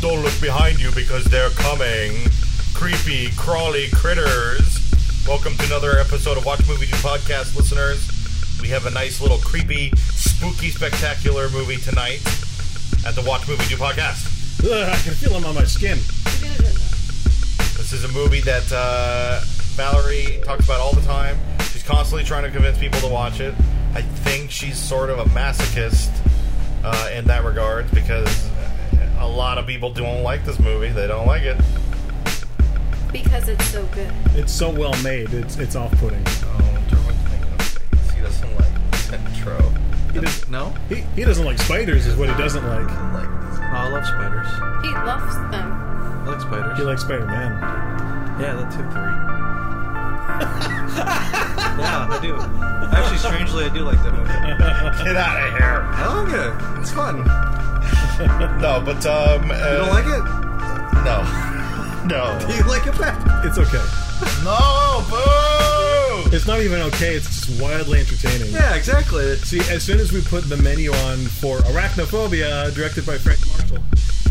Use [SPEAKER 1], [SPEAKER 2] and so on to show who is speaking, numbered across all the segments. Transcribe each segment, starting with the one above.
[SPEAKER 1] Don't look behind you because they're coming. Creepy, crawly critters. Welcome to another episode of Watch Movie Do Podcast, listeners. We have a nice little creepy, spooky, spectacular movie tonight at the Watch Movie Do Podcast.
[SPEAKER 2] Ugh, I can feel them on my skin.
[SPEAKER 1] This is a movie that uh, Valerie talks about all the time. She's constantly trying to convince people to watch it. I think she's sort of a masochist uh, in that regard because a lot of people don't like this movie. They don't like it.
[SPEAKER 3] Because it's so good.
[SPEAKER 2] It's so well made. It's it's off-putting.
[SPEAKER 1] Oh, Derwin's making a face. He doesn't like Centro.
[SPEAKER 2] He, does,
[SPEAKER 4] No,
[SPEAKER 2] he, he doesn't like spiders, is what he doesn't like.
[SPEAKER 4] Oh, I love spiders.
[SPEAKER 3] He loves them.
[SPEAKER 4] I like spiders.
[SPEAKER 2] He likes Spider-Man.
[SPEAKER 4] yeah, that took three. yeah, I do. Actually, strangely, I do like that movie.
[SPEAKER 1] Get out of here.
[SPEAKER 4] I like it. It's fun. You
[SPEAKER 1] No, but um, uh,
[SPEAKER 4] don't like it?
[SPEAKER 1] no, no,
[SPEAKER 4] You like it back?
[SPEAKER 2] It's okay.
[SPEAKER 1] no, boo!
[SPEAKER 2] It's not even okay. It's just wildly entertaining.
[SPEAKER 4] Yeah, exactly. It's,
[SPEAKER 2] See, as soon as we put the menu on for Arachnophobia, directed by Frank Marshall,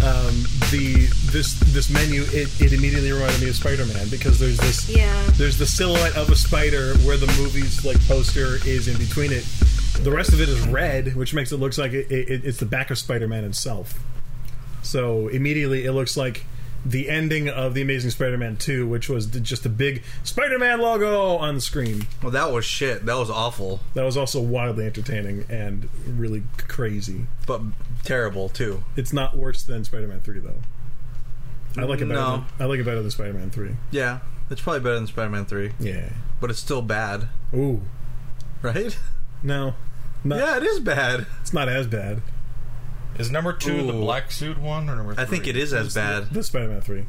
[SPEAKER 2] um, the this this menu it, it immediately reminded me of Spider-Man because there's this
[SPEAKER 3] Yeah.
[SPEAKER 2] there's the silhouette of a spider where the movie's like poster is in between it. The rest of it is red, which makes it looks like it, it, it's the back of Spider-Man himself. So immediately it looks like the ending of the Amazing Spider-Man 2, which was the, just a big Spider-Man logo on the screen.
[SPEAKER 4] well, that was shit. That was awful,
[SPEAKER 2] That was also wildly entertaining and really crazy.
[SPEAKER 4] but terrible too.
[SPEAKER 2] It's not worse than Spider-Man 3 though. I like it better.
[SPEAKER 4] No.
[SPEAKER 2] Than, I like it better than Spider-Man 3.
[SPEAKER 4] Yeah, it's probably better than Spider-Man Three,
[SPEAKER 2] Yeah.
[SPEAKER 4] but it's still bad,
[SPEAKER 2] Ooh.
[SPEAKER 4] right?
[SPEAKER 2] No. Not,
[SPEAKER 4] Yeah, it is bad.
[SPEAKER 2] It's not as bad.
[SPEAKER 1] Is number two the
[SPEAKER 4] Ooh.
[SPEAKER 1] black suit one or number? Three?
[SPEAKER 4] I think it is as bad.
[SPEAKER 2] This Spider-Man 3.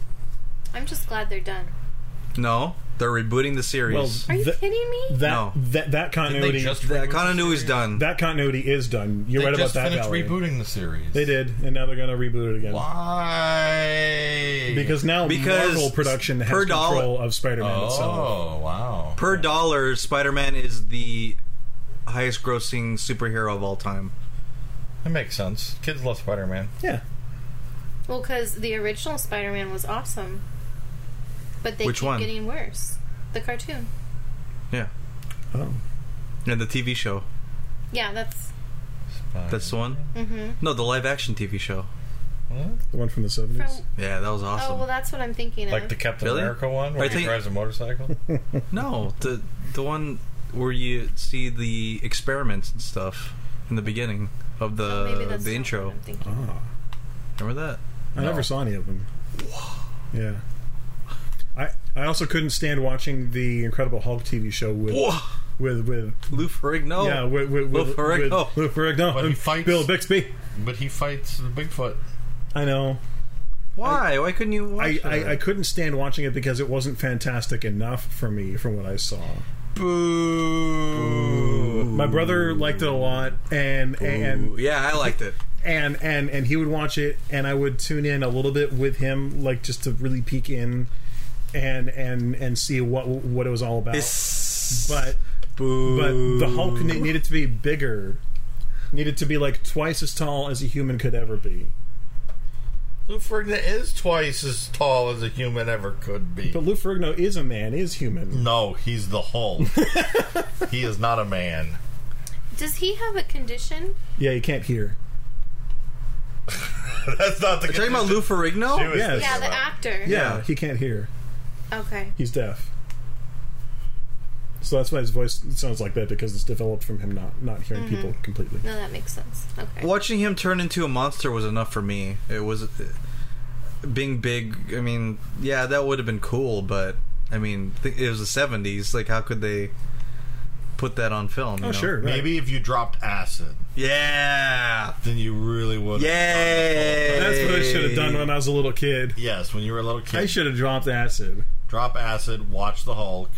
[SPEAKER 3] I'm just glad they're done.
[SPEAKER 4] No, they're rebooting the
[SPEAKER 2] Well,
[SPEAKER 4] series.
[SPEAKER 3] Are you
[SPEAKER 2] th-
[SPEAKER 3] kidding me?
[SPEAKER 2] that,
[SPEAKER 4] No.
[SPEAKER 2] that that continuity
[SPEAKER 1] just-
[SPEAKER 4] That continuity's done.
[SPEAKER 2] that continuity is done. You're
[SPEAKER 1] They
[SPEAKER 2] right about
[SPEAKER 1] just
[SPEAKER 2] that.
[SPEAKER 1] finished
[SPEAKER 2] Valerie.
[SPEAKER 1] rebooting the series.
[SPEAKER 2] They did, and now they're going to reboot it again.
[SPEAKER 1] Why?
[SPEAKER 2] Because now
[SPEAKER 4] Because
[SPEAKER 2] Marvel production has
[SPEAKER 4] per dollar-
[SPEAKER 2] control of Spider-Man itself.
[SPEAKER 1] oh wow,
[SPEAKER 4] Per dollar, Spider-Man is the highest-grossing superhero of all time.
[SPEAKER 1] that makes sense. Kids love Spider Man.
[SPEAKER 2] Yeah.
[SPEAKER 3] Well, because the original Spider-Man was awesome, but they
[SPEAKER 4] Which
[SPEAKER 3] keep
[SPEAKER 4] one?
[SPEAKER 3] getting worse. The cartoon.
[SPEAKER 4] Yeah,
[SPEAKER 2] Oh.
[SPEAKER 4] and the TV show.
[SPEAKER 3] Yeah, that's.
[SPEAKER 4] That's the one.
[SPEAKER 3] Mm-hmm.
[SPEAKER 4] No, the live action TV show.
[SPEAKER 1] Hmm?
[SPEAKER 2] The one from the 70s.
[SPEAKER 3] From,
[SPEAKER 4] Yeah, that was awesome.
[SPEAKER 3] Oh well, that's what I'm thinking
[SPEAKER 1] like
[SPEAKER 3] of.
[SPEAKER 1] the Captain
[SPEAKER 4] Really?
[SPEAKER 1] America one where
[SPEAKER 4] I
[SPEAKER 1] he
[SPEAKER 4] think-
[SPEAKER 1] drives a motorcycle.
[SPEAKER 4] no, the the one where you see the experiments and stuff in the beginning of the
[SPEAKER 3] Oh, maybe that's
[SPEAKER 4] uh, the
[SPEAKER 3] not
[SPEAKER 4] intro.
[SPEAKER 3] What I'm thinking.
[SPEAKER 2] Ah.
[SPEAKER 4] Remember that?
[SPEAKER 2] I never saw any of them. Yeah. I I also couldn't stand watching the Incredible Hulk TV show with
[SPEAKER 4] Whoa,
[SPEAKER 2] with with
[SPEAKER 4] Lou Ferrigno.
[SPEAKER 2] yeah with with
[SPEAKER 4] Lou
[SPEAKER 2] with,
[SPEAKER 4] Oh.
[SPEAKER 2] with
[SPEAKER 4] Ferrigno.
[SPEAKER 2] Lou Ferrigno
[SPEAKER 1] When he
[SPEAKER 2] and
[SPEAKER 1] fights-
[SPEAKER 2] Bill Bixby.
[SPEAKER 1] but he fights Bigfoot.
[SPEAKER 2] I know.
[SPEAKER 4] Why? Why couldn't you
[SPEAKER 2] I,
[SPEAKER 4] watch that?
[SPEAKER 2] I, I couldn't stand watching it because it wasn't fantastic enough for me from what I saw.
[SPEAKER 1] Boo.
[SPEAKER 2] My brother liked it a lot and and
[SPEAKER 4] Ooh, yeah, I liked it.
[SPEAKER 2] and and and he would watch it and I would tune in a little bit with him like just to really peek in and and and see what what it was all about. but but
[SPEAKER 4] Boo.
[SPEAKER 2] the Hulk ne- needed to be bigger. Needed to be like twice as tall as a human could ever be.
[SPEAKER 1] Lou Ferrigno is twice as tall as a human ever could be.
[SPEAKER 2] But Lou Ferrigno is a man, is human.
[SPEAKER 1] No, he's the Hulk. he is not a man.
[SPEAKER 4] Uh-huh.
[SPEAKER 3] Does he have a condition?
[SPEAKER 2] Yeah, you can't hear.
[SPEAKER 1] That's not the.
[SPEAKER 4] You're talking about Lou Ferrigno?
[SPEAKER 1] She was
[SPEAKER 2] Yes.
[SPEAKER 3] Yeah, the
[SPEAKER 1] Well.
[SPEAKER 3] actor.
[SPEAKER 2] Yeah, Uh, he can't hear.
[SPEAKER 3] Okay.
[SPEAKER 2] He's deaf. So that's why his voice sounds like that because it's developed from him not not hearing people completely.
[SPEAKER 3] No, that makes sense. Okay.
[SPEAKER 4] Watching him turn into a monster was enough for me. It was being big. I mean, yeah, that would have been cool, but I mean, th- it was the seventies. Like, how could they?
[SPEAKER 5] put that on film. you
[SPEAKER 2] Oh,
[SPEAKER 5] know?
[SPEAKER 2] sure. right.
[SPEAKER 1] Maybe if you dropped acid,
[SPEAKER 5] Yeah.
[SPEAKER 1] then you really would.
[SPEAKER 5] Yay.
[SPEAKER 2] That's what I should have done when I was a little kid.
[SPEAKER 1] Yes, when you were a little kid,
[SPEAKER 2] I should have dropped acid.
[SPEAKER 1] drop acid, watch the Hulk,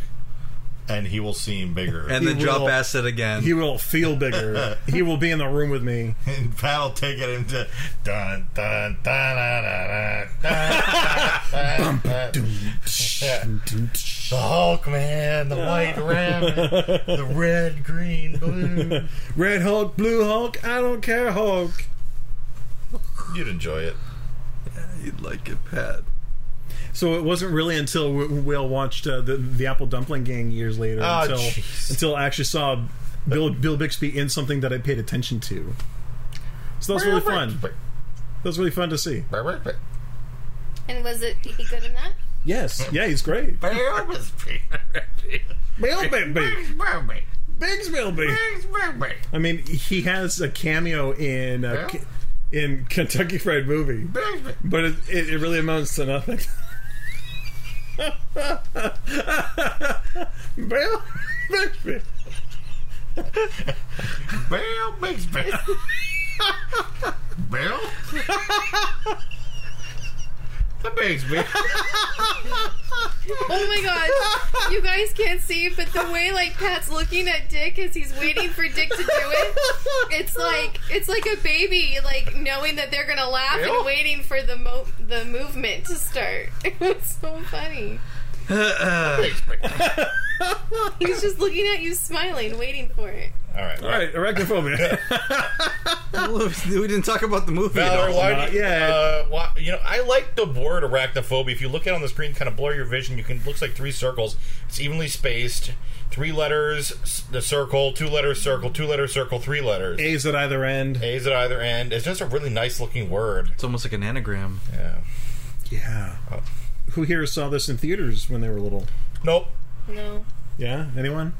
[SPEAKER 1] and he will seem bigger.
[SPEAKER 5] And then
[SPEAKER 2] He
[SPEAKER 5] drop
[SPEAKER 2] will-
[SPEAKER 5] acid again.
[SPEAKER 2] He will feel bigger. he will be in the room with me.
[SPEAKER 1] and Pat'll take it into dun dun dun dun dun dun, dun, dun, dun. The Hulk man, the White Rabbit, the red, green, blue.
[SPEAKER 2] Red Hulk, Blue Hulk, I don't care Hulk.
[SPEAKER 1] You'd enjoy it.
[SPEAKER 5] You'd like it, Pat.
[SPEAKER 2] So it wasn't really until we, we all watched uh, the the Apple Dumpling Gang years later
[SPEAKER 1] Oh,
[SPEAKER 2] until
[SPEAKER 1] jeez.
[SPEAKER 2] until I actually saw Bill Bill Bixby in something that I paid attention to. So that was really fun. That was really fun to see.
[SPEAKER 3] And was it he good in that?
[SPEAKER 2] Yes, yeah, he's great. Bill Bixby, Biggs Bixby. I mean, he has a cameo in uh, K- in Kentucky Fried Movie, but it, it, it really amounts to nothing. Bill Bixby.
[SPEAKER 1] Bill Bixby. Bill? the Bixby.
[SPEAKER 3] Oh my god. You guys can't see, but the way like Pat's looking at Dick as he's waiting for Dick to do it, it's like it's like a baby like knowing that they're gonna laugh
[SPEAKER 1] Yeah.
[SPEAKER 3] and waiting for the mo- the movement to start. It was so funny. He's just looking at you smiling, waiting for it.
[SPEAKER 1] All right.
[SPEAKER 2] All right, arachnophobia.
[SPEAKER 5] we didn't talk about the movie. at
[SPEAKER 1] Valor,
[SPEAKER 5] all.
[SPEAKER 1] why,
[SPEAKER 2] not
[SPEAKER 1] do you-
[SPEAKER 2] yet.
[SPEAKER 1] uh, why? You know, I like the word arachnophobia. If you look at it on the screen, kind of blur your vision. You can looks like three circles. It's evenly spaced. Three letters, s- the circle. Two letters, circle. Two letters, circle. Three letters.
[SPEAKER 2] A's at either end.
[SPEAKER 1] A's at either end. It's just a really nice looking word.
[SPEAKER 5] It's almost like an anagram.
[SPEAKER 1] Yeah.
[SPEAKER 2] Yeah. Who here saw this in theaters when they were little?
[SPEAKER 1] Nope.
[SPEAKER 3] No.
[SPEAKER 2] Yeah, anyone?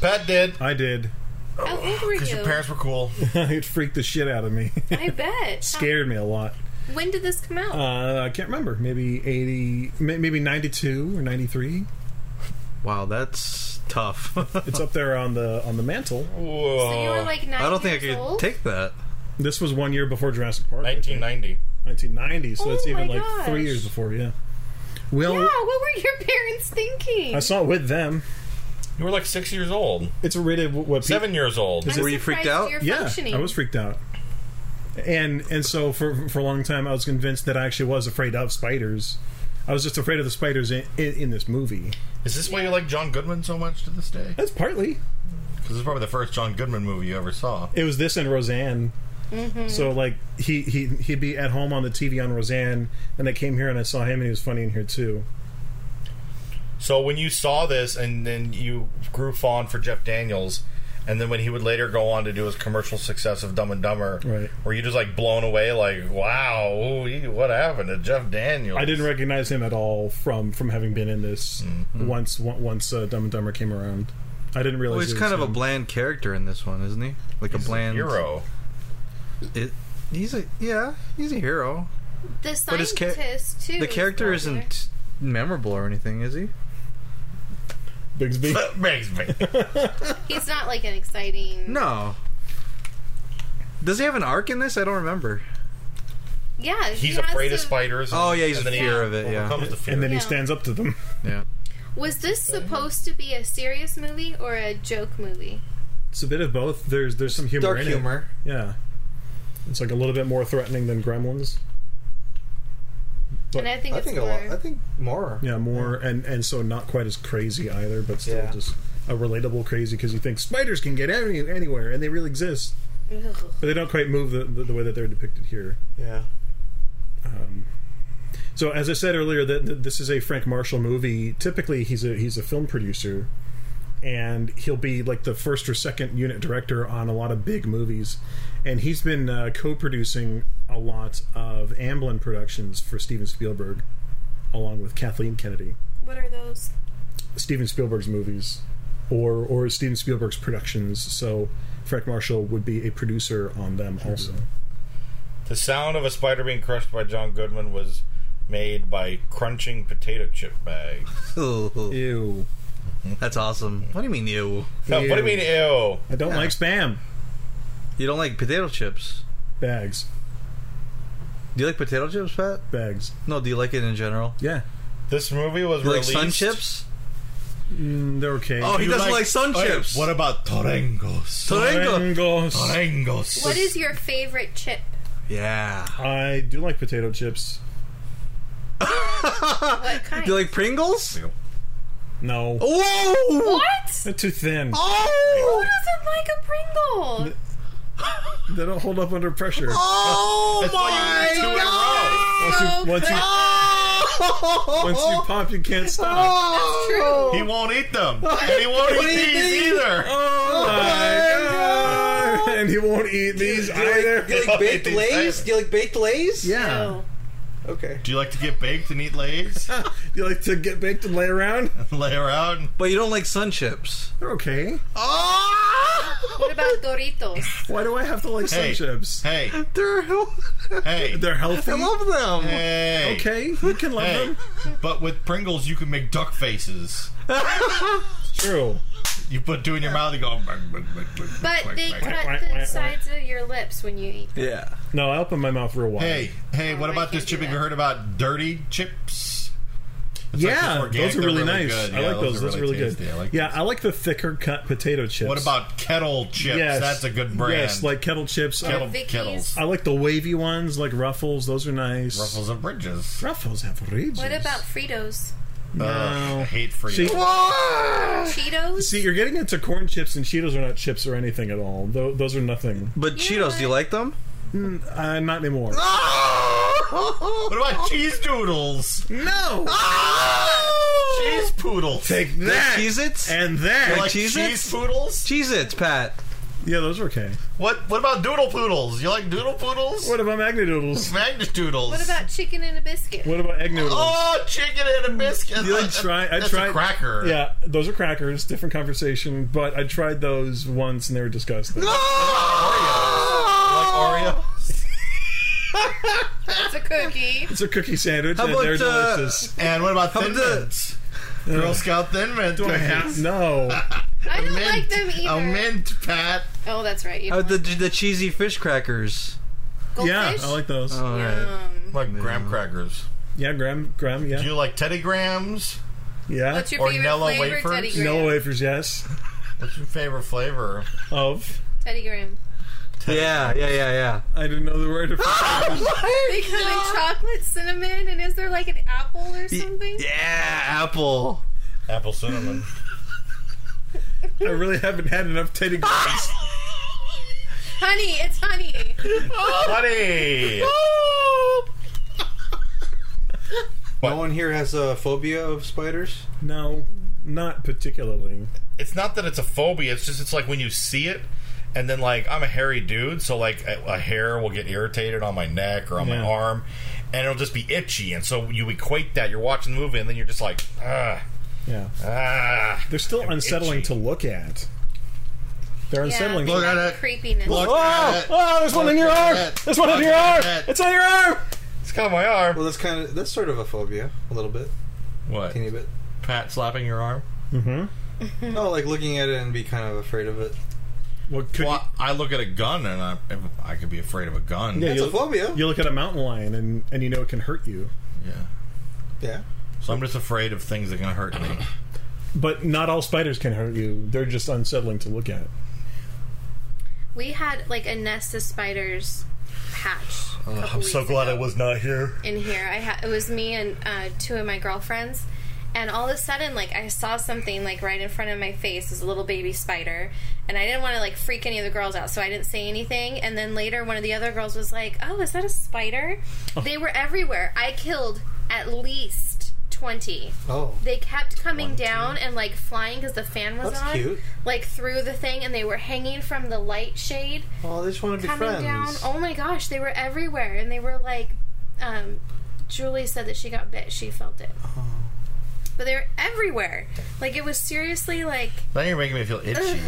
[SPEAKER 1] Pat did.
[SPEAKER 2] I did.
[SPEAKER 3] How
[SPEAKER 5] Oh,
[SPEAKER 3] old were
[SPEAKER 1] Because
[SPEAKER 3] you?
[SPEAKER 1] your parents were cool.
[SPEAKER 2] it freaked the shit out of me.
[SPEAKER 3] I bet.
[SPEAKER 2] Scared me a lot.
[SPEAKER 3] How- when did this come out?
[SPEAKER 2] Uh, I can't remember. Maybe eighty, may- maybe ninety-two or ninety-three.
[SPEAKER 5] Wow, that's tough.
[SPEAKER 2] It's up there on the on the mantle.
[SPEAKER 1] Whoa.
[SPEAKER 3] so you were like nine
[SPEAKER 5] Oh. I don't think I
[SPEAKER 3] years
[SPEAKER 5] could
[SPEAKER 3] old?
[SPEAKER 5] take that.
[SPEAKER 2] This was one year before Jurassic Park. I think.
[SPEAKER 1] 1990.
[SPEAKER 2] 1990, so
[SPEAKER 3] Oh
[SPEAKER 2] it's even
[SPEAKER 3] my
[SPEAKER 2] like three
[SPEAKER 3] gosh.
[SPEAKER 2] years before, yeah. Well,
[SPEAKER 3] Yeah, what were your parents thinking?
[SPEAKER 2] I saw it with them.
[SPEAKER 1] You were like six years old,
[SPEAKER 2] It's rated w- what? pe-
[SPEAKER 1] seven years old.
[SPEAKER 3] I'm
[SPEAKER 5] Were you freaked
[SPEAKER 3] surprised
[SPEAKER 5] out?
[SPEAKER 3] You're
[SPEAKER 2] Yeah,
[SPEAKER 3] functioning.
[SPEAKER 2] I was freaked out. And and so for for a long time, I was convinced that I actually was afraid of spiders. I was just afraid of the spiders in, in, in this movie.
[SPEAKER 1] Is this why you like John Goodman so much to this day?
[SPEAKER 2] That's partly
[SPEAKER 1] Because this is probably the first John Goodman movie you ever saw.
[SPEAKER 2] it was this and Roseanne. So like he he he'd be at home on the TV on Roseanne, and I came here and I saw him, and he was funny in here too.
[SPEAKER 1] So when you saw this, and then you grew fond for Jeff Daniels, and then when he would later go on to do his commercial success of Dumb and Dumber,
[SPEAKER 2] Right.
[SPEAKER 1] were you just like blown away, like wow, ooh, he- what happened to Jeff Daniels?
[SPEAKER 2] I didn't recognize him at all from from having been in this once on- once uh, Dumb and Dumber came around. I didn't
[SPEAKER 5] Mm-hmm.
[SPEAKER 2] realize.
[SPEAKER 5] Well, he's
[SPEAKER 2] it was
[SPEAKER 5] kind of a
[SPEAKER 2] him.
[SPEAKER 5] bland character in this one, isn't he? Like a bland
[SPEAKER 1] hero.
[SPEAKER 5] It, he's a yeah, he's a hero.
[SPEAKER 3] The
[SPEAKER 5] But his
[SPEAKER 3] scientist
[SPEAKER 5] cha-
[SPEAKER 3] too.
[SPEAKER 5] The
[SPEAKER 3] is
[SPEAKER 5] character
[SPEAKER 3] popular.
[SPEAKER 5] isn't memorable or anything, is he?
[SPEAKER 2] Bigsby.
[SPEAKER 1] Makes me.
[SPEAKER 3] He's not like an exciting.
[SPEAKER 5] No. Does he have an arc in this? I don't remember.
[SPEAKER 3] Yeah. he
[SPEAKER 1] He's
[SPEAKER 3] has
[SPEAKER 1] afraid of
[SPEAKER 3] to-
[SPEAKER 1] spiders.
[SPEAKER 5] Oh, yeah, he's
[SPEAKER 1] and
[SPEAKER 5] a
[SPEAKER 1] then
[SPEAKER 5] fear
[SPEAKER 1] he
[SPEAKER 5] of it, yeah.
[SPEAKER 1] overcomes the fear.
[SPEAKER 2] And then he
[SPEAKER 3] Yeah.
[SPEAKER 2] stands up to them.
[SPEAKER 5] Yeah.
[SPEAKER 3] Was this supposed to be a serious movie or a joke movie?
[SPEAKER 2] It's a bit of both. There's there's some humor.
[SPEAKER 5] Dark
[SPEAKER 2] in it.
[SPEAKER 5] humor.
[SPEAKER 2] Yeah, it's like a little bit more threatening than Gremlins. But-
[SPEAKER 3] and I think it's more.
[SPEAKER 5] think more.
[SPEAKER 2] Yeah, more and and so not quite as crazy either, but still
[SPEAKER 5] Yeah.
[SPEAKER 2] just a relatable crazy because you think spiders can get any, anywhere and they really exist,
[SPEAKER 3] Ugh.
[SPEAKER 2] but they don't quite move the, the, the way that they're depicted here. Um,
[SPEAKER 5] Yeah.
[SPEAKER 2] So as I said earlier, that that this is a Frank Marshall movie. Typically, he's a he's a film producer, and he'll be like the first or second unit director on a lot of big movies. And he's been uh, co-producing a lot of Amblin Productions for Steven Spielberg, along with Kathleen Kennedy.
[SPEAKER 3] What are those?
[SPEAKER 2] Steven Spielberg's movies, or or Steven Spielberg's productions. So Frank Marshall would be a producer on them also.
[SPEAKER 1] The sound of a spider being crushed by John Goodman was made by crunching potato chip bags.
[SPEAKER 5] Ooh.
[SPEAKER 2] Ew.
[SPEAKER 4] That's awesome. What do you mean you?
[SPEAKER 1] No, what do you mean, ew?
[SPEAKER 2] I don't like spam
[SPEAKER 4] You don't like potato chips?
[SPEAKER 2] bags.
[SPEAKER 4] Do you like potato chips, Pat?
[SPEAKER 2] Bags.
[SPEAKER 4] No, do you like it in general?
[SPEAKER 2] Yeah,
[SPEAKER 1] This movie was
[SPEAKER 4] You like
[SPEAKER 1] released.
[SPEAKER 4] sun chips?
[SPEAKER 2] Mm, they're okay.
[SPEAKER 4] Oh, he
[SPEAKER 1] You
[SPEAKER 4] doesn't like, sun
[SPEAKER 1] okay,
[SPEAKER 4] chips.
[SPEAKER 1] What about Torengos?
[SPEAKER 4] Toringo.
[SPEAKER 2] Pringles.
[SPEAKER 1] Torengos.
[SPEAKER 3] What is your favorite chip?
[SPEAKER 4] Yeah.
[SPEAKER 2] I do like potato chips.
[SPEAKER 3] What kind?
[SPEAKER 4] Do you like Pringles?
[SPEAKER 2] No,
[SPEAKER 4] Whoa!
[SPEAKER 3] what?
[SPEAKER 2] they're too thin.
[SPEAKER 3] Who
[SPEAKER 4] Oh!
[SPEAKER 3] doesn't like a Pringle?
[SPEAKER 2] They don't hold up under pressure.
[SPEAKER 4] Oh
[SPEAKER 1] That's why you did two in a
[SPEAKER 4] my
[SPEAKER 1] row.
[SPEAKER 2] Once you,
[SPEAKER 3] So
[SPEAKER 2] once, you,
[SPEAKER 4] god!
[SPEAKER 2] once
[SPEAKER 1] Oh.
[SPEAKER 2] you pop, you can't stop.
[SPEAKER 4] Oh!
[SPEAKER 1] He won't eat them. And he won't
[SPEAKER 4] What do
[SPEAKER 1] eat
[SPEAKER 4] you
[SPEAKER 1] these
[SPEAKER 4] mean?
[SPEAKER 1] either.
[SPEAKER 2] Oh my
[SPEAKER 4] my
[SPEAKER 1] Oh.
[SPEAKER 2] God. And he won't eat these
[SPEAKER 4] Do you
[SPEAKER 2] either.
[SPEAKER 4] like, do you like baked lays? Do you like baked lays?
[SPEAKER 2] yeah.
[SPEAKER 3] No.
[SPEAKER 4] Okay.
[SPEAKER 1] Do you like to get baked and eat lays?
[SPEAKER 2] Do you like to get baked and lay around?
[SPEAKER 1] Lay around?
[SPEAKER 4] But you don't like sun chips.
[SPEAKER 2] They're okay.
[SPEAKER 4] Oh!
[SPEAKER 3] What about Doritos?
[SPEAKER 2] Why do I have to like
[SPEAKER 1] Hey.
[SPEAKER 2] sun chips?
[SPEAKER 1] Hey,
[SPEAKER 4] They're.
[SPEAKER 1] hey.
[SPEAKER 2] They're healthy.
[SPEAKER 4] I love them.
[SPEAKER 1] hey.
[SPEAKER 2] Okay, you can love
[SPEAKER 1] Hey.
[SPEAKER 2] them.
[SPEAKER 1] But with Pringles, you can make duck faces.
[SPEAKER 2] True.
[SPEAKER 1] You put two in your mouth, you go. "Bang, bang, bang, bang,
[SPEAKER 3] But
[SPEAKER 1] bang,
[SPEAKER 3] they
[SPEAKER 1] bang."
[SPEAKER 3] cut the sides of your lips when you eat.
[SPEAKER 4] Yeah.
[SPEAKER 2] No, I open my mouth for a while.
[SPEAKER 1] Hey, hey, what
[SPEAKER 3] I
[SPEAKER 1] about this
[SPEAKER 3] can't
[SPEAKER 1] chip?
[SPEAKER 3] do
[SPEAKER 1] Have
[SPEAKER 3] that.
[SPEAKER 1] you heard about dirty chips? It's like
[SPEAKER 2] yeah,
[SPEAKER 1] just organic,
[SPEAKER 2] those are
[SPEAKER 1] they're
[SPEAKER 2] really, nice.
[SPEAKER 1] good.
[SPEAKER 2] I
[SPEAKER 1] Yeah,
[SPEAKER 2] like those. Those are really,
[SPEAKER 1] tasty.
[SPEAKER 2] good.
[SPEAKER 1] I like
[SPEAKER 2] yeah,
[SPEAKER 1] those.
[SPEAKER 2] I like the thicker cut potato chips.
[SPEAKER 1] What about kettle chips?
[SPEAKER 2] Yes,
[SPEAKER 1] That's a good brand.
[SPEAKER 2] Yes, like kettle chips. I-
[SPEAKER 1] kettle
[SPEAKER 3] Vicky's.
[SPEAKER 1] kettles.
[SPEAKER 2] I like the wavy ones, like Ruffles. Those are nice.
[SPEAKER 1] Ruffles and Bridges.
[SPEAKER 2] Ruffles have ridges.
[SPEAKER 3] What about Fritos?
[SPEAKER 1] Ugh, I hate free.
[SPEAKER 2] See-
[SPEAKER 3] Cheetos?
[SPEAKER 2] See, you're getting into corn chips, and Cheetos are not chips or anything at all. Tho- those are nothing.
[SPEAKER 4] But Cheetos, do you like them?
[SPEAKER 1] Mm,
[SPEAKER 2] Uh, not anymore.
[SPEAKER 4] Oh!
[SPEAKER 1] What about cheese doodles?
[SPEAKER 2] No!
[SPEAKER 4] Oh!
[SPEAKER 1] Cheese poodles.
[SPEAKER 2] Take that!
[SPEAKER 4] Cheez Its?
[SPEAKER 2] And
[SPEAKER 1] You
[SPEAKER 2] that!
[SPEAKER 1] like
[SPEAKER 4] Cheez-Its?
[SPEAKER 1] cheese poodles?
[SPEAKER 4] Cheez Its, Pat.
[SPEAKER 2] yeah, those are okay.
[SPEAKER 1] What What about doodle poodles? You like doodle poodles?
[SPEAKER 2] What about magnet noodles?
[SPEAKER 1] Magnus doodles.
[SPEAKER 3] What about chicken and a biscuit?
[SPEAKER 2] What about egg noodles?
[SPEAKER 1] Oh, chicken and a biscuit.
[SPEAKER 2] You like
[SPEAKER 1] That-
[SPEAKER 2] try- I
[SPEAKER 1] That's
[SPEAKER 2] tried-
[SPEAKER 1] a cracker.
[SPEAKER 2] Yeah, those are crackers. Different conversation, but I tried those once and they were disgusting.
[SPEAKER 1] Oreo.
[SPEAKER 3] That's a cookie.
[SPEAKER 2] It's a cookie sandwich and
[SPEAKER 4] about,
[SPEAKER 2] they're
[SPEAKER 4] uh,
[SPEAKER 2] delicious.
[SPEAKER 1] And what about
[SPEAKER 4] How
[SPEAKER 1] Thin
[SPEAKER 4] about the-
[SPEAKER 1] Mints? Girl Scout Thin Mint.
[SPEAKER 2] Do I have? No.
[SPEAKER 3] I don't
[SPEAKER 1] mint.
[SPEAKER 3] like them either.
[SPEAKER 1] A mint, Pat.
[SPEAKER 3] Oh, that's right. You
[SPEAKER 4] How
[SPEAKER 3] don't
[SPEAKER 4] about the, the cheesy fish crackers?
[SPEAKER 3] like
[SPEAKER 2] yeah,
[SPEAKER 3] goldfish?
[SPEAKER 2] I
[SPEAKER 1] oh,
[SPEAKER 2] like those.
[SPEAKER 4] All right.
[SPEAKER 3] Um,
[SPEAKER 1] Like graham crackers.
[SPEAKER 2] yeah, Graham, Graham,
[SPEAKER 1] Do
[SPEAKER 2] yeah,
[SPEAKER 1] you like Teddy Grahams?
[SPEAKER 2] yeah.
[SPEAKER 3] What's your
[SPEAKER 1] Or
[SPEAKER 3] favorite
[SPEAKER 1] Nilla
[SPEAKER 3] flavor,
[SPEAKER 1] wafers?
[SPEAKER 3] Teddy Graham?
[SPEAKER 2] Vanilla wafers, yes.
[SPEAKER 1] What's your favorite flavor?
[SPEAKER 2] Of
[SPEAKER 3] Teddy Graham.
[SPEAKER 4] Yeah, yeah, yeah, yeah.
[SPEAKER 2] I didn't know the word.
[SPEAKER 3] They come in chocolate, cinnamon, and is there like an apple or something?
[SPEAKER 4] Yeah, apple.
[SPEAKER 1] Apple cinnamon.
[SPEAKER 2] I really haven't had enough Teddy Grahams.
[SPEAKER 3] Honey, it's honey.
[SPEAKER 1] Buddy!
[SPEAKER 4] No one here has a phobia of spiders.
[SPEAKER 2] no, not particularly.
[SPEAKER 1] It's not that it's a phobia, it's just it's like when you see it. And then, like, I'm a hairy dude, so like a, a hair will get irritated on my neck or on
[SPEAKER 2] Yeah.
[SPEAKER 1] my arm, and it'll just be itchy. And so you equate that. You're watching the movie, and then you're just like, ah,
[SPEAKER 2] Yeah,
[SPEAKER 1] ah.
[SPEAKER 2] they're still unsettling
[SPEAKER 1] itchy.
[SPEAKER 2] to look at. They're unsettling.
[SPEAKER 3] Yeah,
[SPEAKER 1] Look at
[SPEAKER 3] that
[SPEAKER 1] it.
[SPEAKER 3] Creepiness.
[SPEAKER 1] Look
[SPEAKER 2] Oh,
[SPEAKER 1] at it.
[SPEAKER 2] oh, there's one in your arm.
[SPEAKER 1] at it.
[SPEAKER 2] There's one in
[SPEAKER 1] Look
[SPEAKER 2] your
[SPEAKER 1] at
[SPEAKER 2] arm.
[SPEAKER 1] it.
[SPEAKER 2] It's on your arm.
[SPEAKER 1] It's got my arm.
[SPEAKER 4] Well, that's kind of that's sort of a phobia, a little bit,
[SPEAKER 1] What?
[SPEAKER 4] teeny bit.
[SPEAKER 1] Pat slapping your arm? Mm-hmm.
[SPEAKER 3] Hmm.
[SPEAKER 4] No, like looking at it and be kind of afraid of it.
[SPEAKER 2] What could
[SPEAKER 1] Well, I look at a gun and I, if I could be afraid of a gun.
[SPEAKER 2] Yeah,
[SPEAKER 4] It's
[SPEAKER 2] you
[SPEAKER 4] a phobia.
[SPEAKER 2] you look at a mountain lion and and you know it can hurt you,
[SPEAKER 1] Yeah.
[SPEAKER 4] Yeah.
[SPEAKER 1] So I'm just afraid of things that can hurt me.
[SPEAKER 2] but not all spiders can hurt you. They're just unsettling to look at.
[SPEAKER 3] We had like a nest of spiders hatched. a couple weeks ago.
[SPEAKER 1] not here.
[SPEAKER 3] in here. I ha- it was me and uh, two of my girlfriends, and all of a sudden, like I saw something like right in front of my face. It was a little baby spider, and I didn't want to like freak any of the girls out, so I didn't say anything. And then later, one of the other girls was like, "Oh, is that a spider?"
[SPEAKER 4] Oh.
[SPEAKER 3] They were everywhere. I killed at least twenty.
[SPEAKER 4] Oh.
[SPEAKER 3] They kept coming down and like flying because the fan was
[SPEAKER 4] That's
[SPEAKER 3] on,
[SPEAKER 4] cute.
[SPEAKER 3] like through the thing, and they were hanging from the light shade
[SPEAKER 4] Oh, they just want to be
[SPEAKER 3] coming
[SPEAKER 4] friends.
[SPEAKER 3] down. Oh my gosh, they were everywhere, and they were like, um, Julie said that she got bit. She felt it,
[SPEAKER 1] Oh.
[SPEAKER 3] but they were everywhere. Like it was seriously like.
[SPEAKER 1] Now you're making me feel itchy.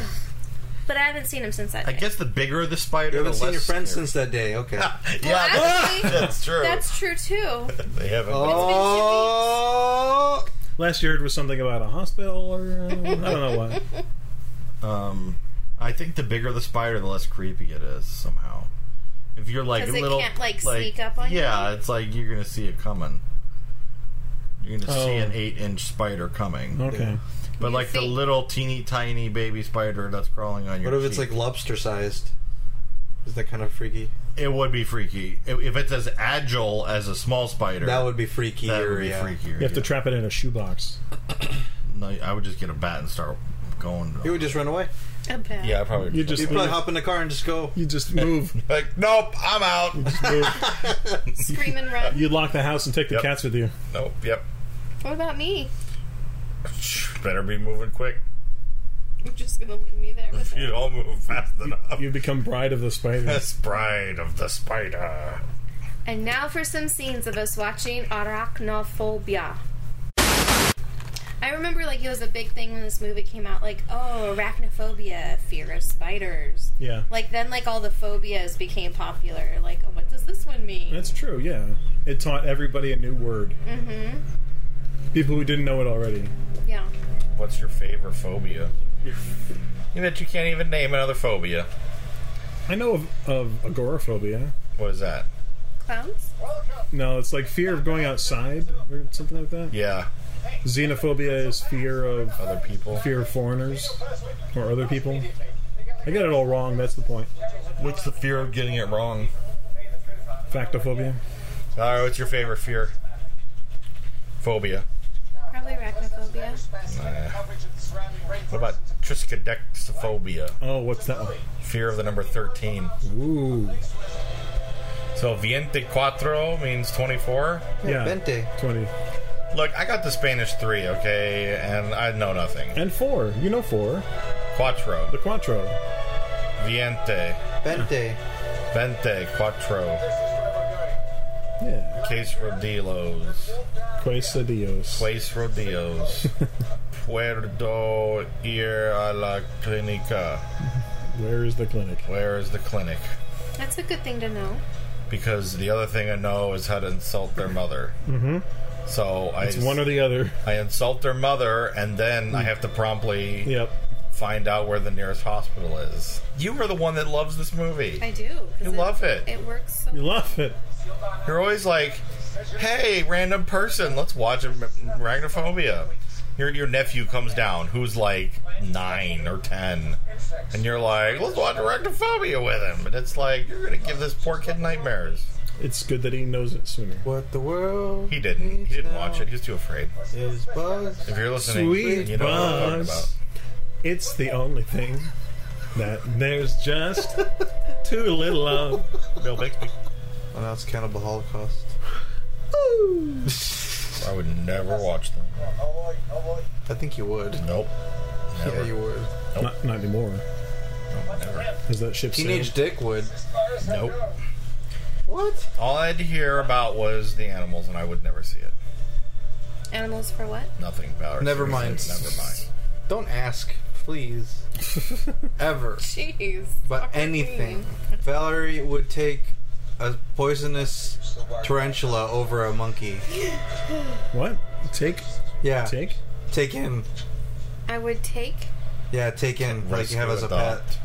[SPEAKER 3] But I haven't seen him since that.
[SPEAKER 1] I
[SPEAKER 3] day.
[SPEAKER 1] guess the bigger the spider,
[SPEAKER 4] You haven't
[SPEAKER 1] the
[SPEAKER 4] seen
[SPEAKER 1] less
[SPEAKER 4] your friends
[SPEAKER 1] scary.
[SPEAKER 4] since that day. Okay.
[SPEAKER 1] yeah,
[SPEAKER 3] Well,
[SPEAKER 1] that's-
[SPEAKER 3] actually,
[SPEAKER 1] that's true.
[SPEAKER 3] Oh. that's true too.
[SPEAKER 1] they haven't.
[SPEAKER 4] oh.
[SPEAKER 2] Last you heard was something about a hospital or uh, I don't know what.
[SPEAKER 1] Um, I think the bigger the spider, the less creepy it is somehow. If you're like
[SPEAKER 3] 'Cause
[SPEAKER 1] a
[SPEAKER 3] it
[SPEAKER 1] little,
[SPEAKER 3] can't, like, sneak up on you?
[SPEAKER 1] Yeah, it's like you're gonna see it coming. You're gonna see
[SPEAKER 2] Oh.
[SPEAKER 1] an eight-inch spider coming.
[SPEAKER 2] Okay.
[SPEAKER 1] But
[SPEAKER 3] You
[SPEAKER 1] like the
[SPEAKER 3] think-
[SPEAKER 1] little teeny tiny baby spider that's crawling on your.
[SPEAKER 4] What if it's like
[SPEAKER 1] cheek.
[SPEAKER 4] lobster sized? Is that kind of freaky?
[SPEAKER 1] It would be freaky I- if it's as agile as a small spider.
[SPEAKER 4] That would be freakier.
[SPEAKER 1] That would be
[SPEAKER 4] yeah.
[SPEAKER 1] freakier.
[SPEAKER 2] You have to
[SPEAKER 1] yeah.
[SPEAKER 2] trap it in a shoebox.
[SPEAKER 1] No, I would just get a bat and start going.
[SPEAKER 4] You would just run away.
[SPEAKER 3] Okay.
[SPEAKER 1] Yeah, I probably.
[SPEAKER 2] You just
[SPEAKER 4] You'd probably hop in the car and just go.
[SPEAKER 2] you just move.
[SPEAKER 1] like, nope, I'm out.
[SPEAKER 2] move.
[SPEAKER 3] Scream and run.
[SPEAKER 2] You lock the house and take the
[SPEAKER 1] Yep.
[SPEAKER 2] cats with you.
[SPEAKER 1] nope, yep.
[SPEAKER 3] What about me?
[SPEAKER 1] Better be moving quick.
[SPEAKER 3] You're just gonna leave me there with
[SPEAKER 1] You
[SPEAKER 3] it.
[SPEAKER 1] don't move fast enough.
[SPEAKER 2] You become bride of the spider.
[SPEAKER 1] This bride of the spider.
[SPEAKER 3] And now for some scenes of us watching Arachnophobia. I remember like it was a big thing when this movie came out, like, oh, arachnophobia, fear of spiders.
[SPEAKER 2] Yeah.
[SPEAKER 3] Like then like all the phobias became popular. Like, oh, what does this one mean?
[SPEAKER 2] That's true, yeah. It taught everybody a new word. Mm-hmm. People who didn't know it already.
[SPEAKER 3] yeah.
[SPEAKER 1] What's your favorite phobia? You bet you can't even name another phobia.
[SPEAKER 2] I know of, of agoraphobia.
[SPEAKER 1] What is that?
[SPEAKER 3] Clowns?
[SPEAKER 2] No, it's like fear of going outside or something like that.
[SPEAKER 1] Yeah,
[SPEAKER 2] Xenophobia is fear of
[SPEAKER 1] other people.
[SPEAKER 2] fear of foreigners or other people. I got it all wrong. That's the point.
[SPEAKER 1] What's the fear of getting it wrong?
[SPEAKER 2] Factophobia.
[SPEAKER 1] All right, what's your favorite fear? Phobia.
[SPEAKER 3] Probably arachnophobia.
[SPEAKER 1] What about triskaidekaphobia?
[SPEAKER 2] Oh, what's that one?
[SPEAKER 1] Fear of the number 13.
[SPEAKER 2] Ooh.
[SPEAKER 1] So, viente cuatro means 24.
[SPEAKER 2] Yeah.
[SPEAKER 4] Vente.
[SPEAKER 2] Twenty
[SPEAKER 1] Look, I got the Spanish 3, okay, and I know nothing.
[SPEAKER 2] and four. You know four.
[SPEAKER 1] Cuatro.
[SPEAKER 2] The quattro.
[SPEAKER 1] Viente.
[SPEAKER 4] Vente.
[SPEAKER 1] Vente cuatro.
[SPEAKER 2] Yeah.
[SPEAKER 1] Case rodeos.
[SPEAKER 2] Quesadillos.
[SPEAKER 1] Place rodeos. Puerto ir a la clínica.
[SPEAKER 2] Where is the clinic?
[SPEAKER 1] Where is the clinic?
[SPEAKER 3] That's a good thing to know.
[SPEAKER 1] Because the other thing I know is how to insult their mother. Mm-hmm. So I,
[SPEAKER 2] It's one or the other.
[SPEAKER 1] I insult their mother, and then I have to promptly
[SPEAKER 2] Yep.
[SPEAKER 1] find out where the nearest hospital is. You are the one that loves this movie.
[SPEAKER 3] I do. 'cause
[SPEAKER 1] You love it.
[SPEAKER 3] It works so
[SPEAKER 2] You love it.
[SPEAKER 1] You're always like, "Hey, random person, let's watch a Ragnophobia." Your your nephew comes down, who's like nine or ten, and you're like, "Let's watch Arachnophobia with him." But it's like you're gonna give this poor kid nightmares.
[SPEAKER 2] It's good that he knows it sooner.
[SPEAKER 4] What the world?
[SPEAKER 1] He didn't. He didn't watch it. He was too afraid.
[SPEAKER 4] Is buzz.
[SPEAKER 1] If you're listening,
[SPEAKER 2] Sweet
[SPEAKER 1] you know what I'm talking about.
[SPEAKER 2] buzz. It's the only thing that there's just too little of.
[SPEAKER 1] Bill Bixby.
[SPEAKER 4] Oh, now it's Cannibal Holocaust.
[SPEAKER 1] I would never watch them.
[SPEAKER 4] I think you would.
[SPEAKER 1] Nope.
[SPEAKER 4] Yeah, you would.
[SPEAKER 2] Not, not anymore.
[SPEAKER 1] Never.
[SPEAKER 2] Is that ship sailed?
[SPEAKER 4] Teenage Dick would.
[SPEAKER 1] Nope.
[SPEAKER 4] What?
[SPEAKER 1] All I had to hear about was the animals, and I would never see it.
[SPEAKER 3] animals for what?
[SPEAKER 1] Nothing. Valor.
[SPEAKER 4] Never mind.
[SPEAKER 1] Never mind.
[SPEAKER 4] Don't ask, please. Ever.
[SPEAKER 3] Jeez.
[SPEAKER 4] But anything. Valerie would take a poisonous tarantula over a monkey.
[SPEAKER 2] What? Take?
[SPEAKER 4] Yeah.
[SPEAKER 2] Take?
[SPEAKER 4] Take in.
[SPEAKER 3] I would take.
[SPEAKER 4] Yeah, take in. like you have as a
[SPEAKER 1] Rescue
[SPEAKER 4] pet.
[SPEAKER 1] adopt.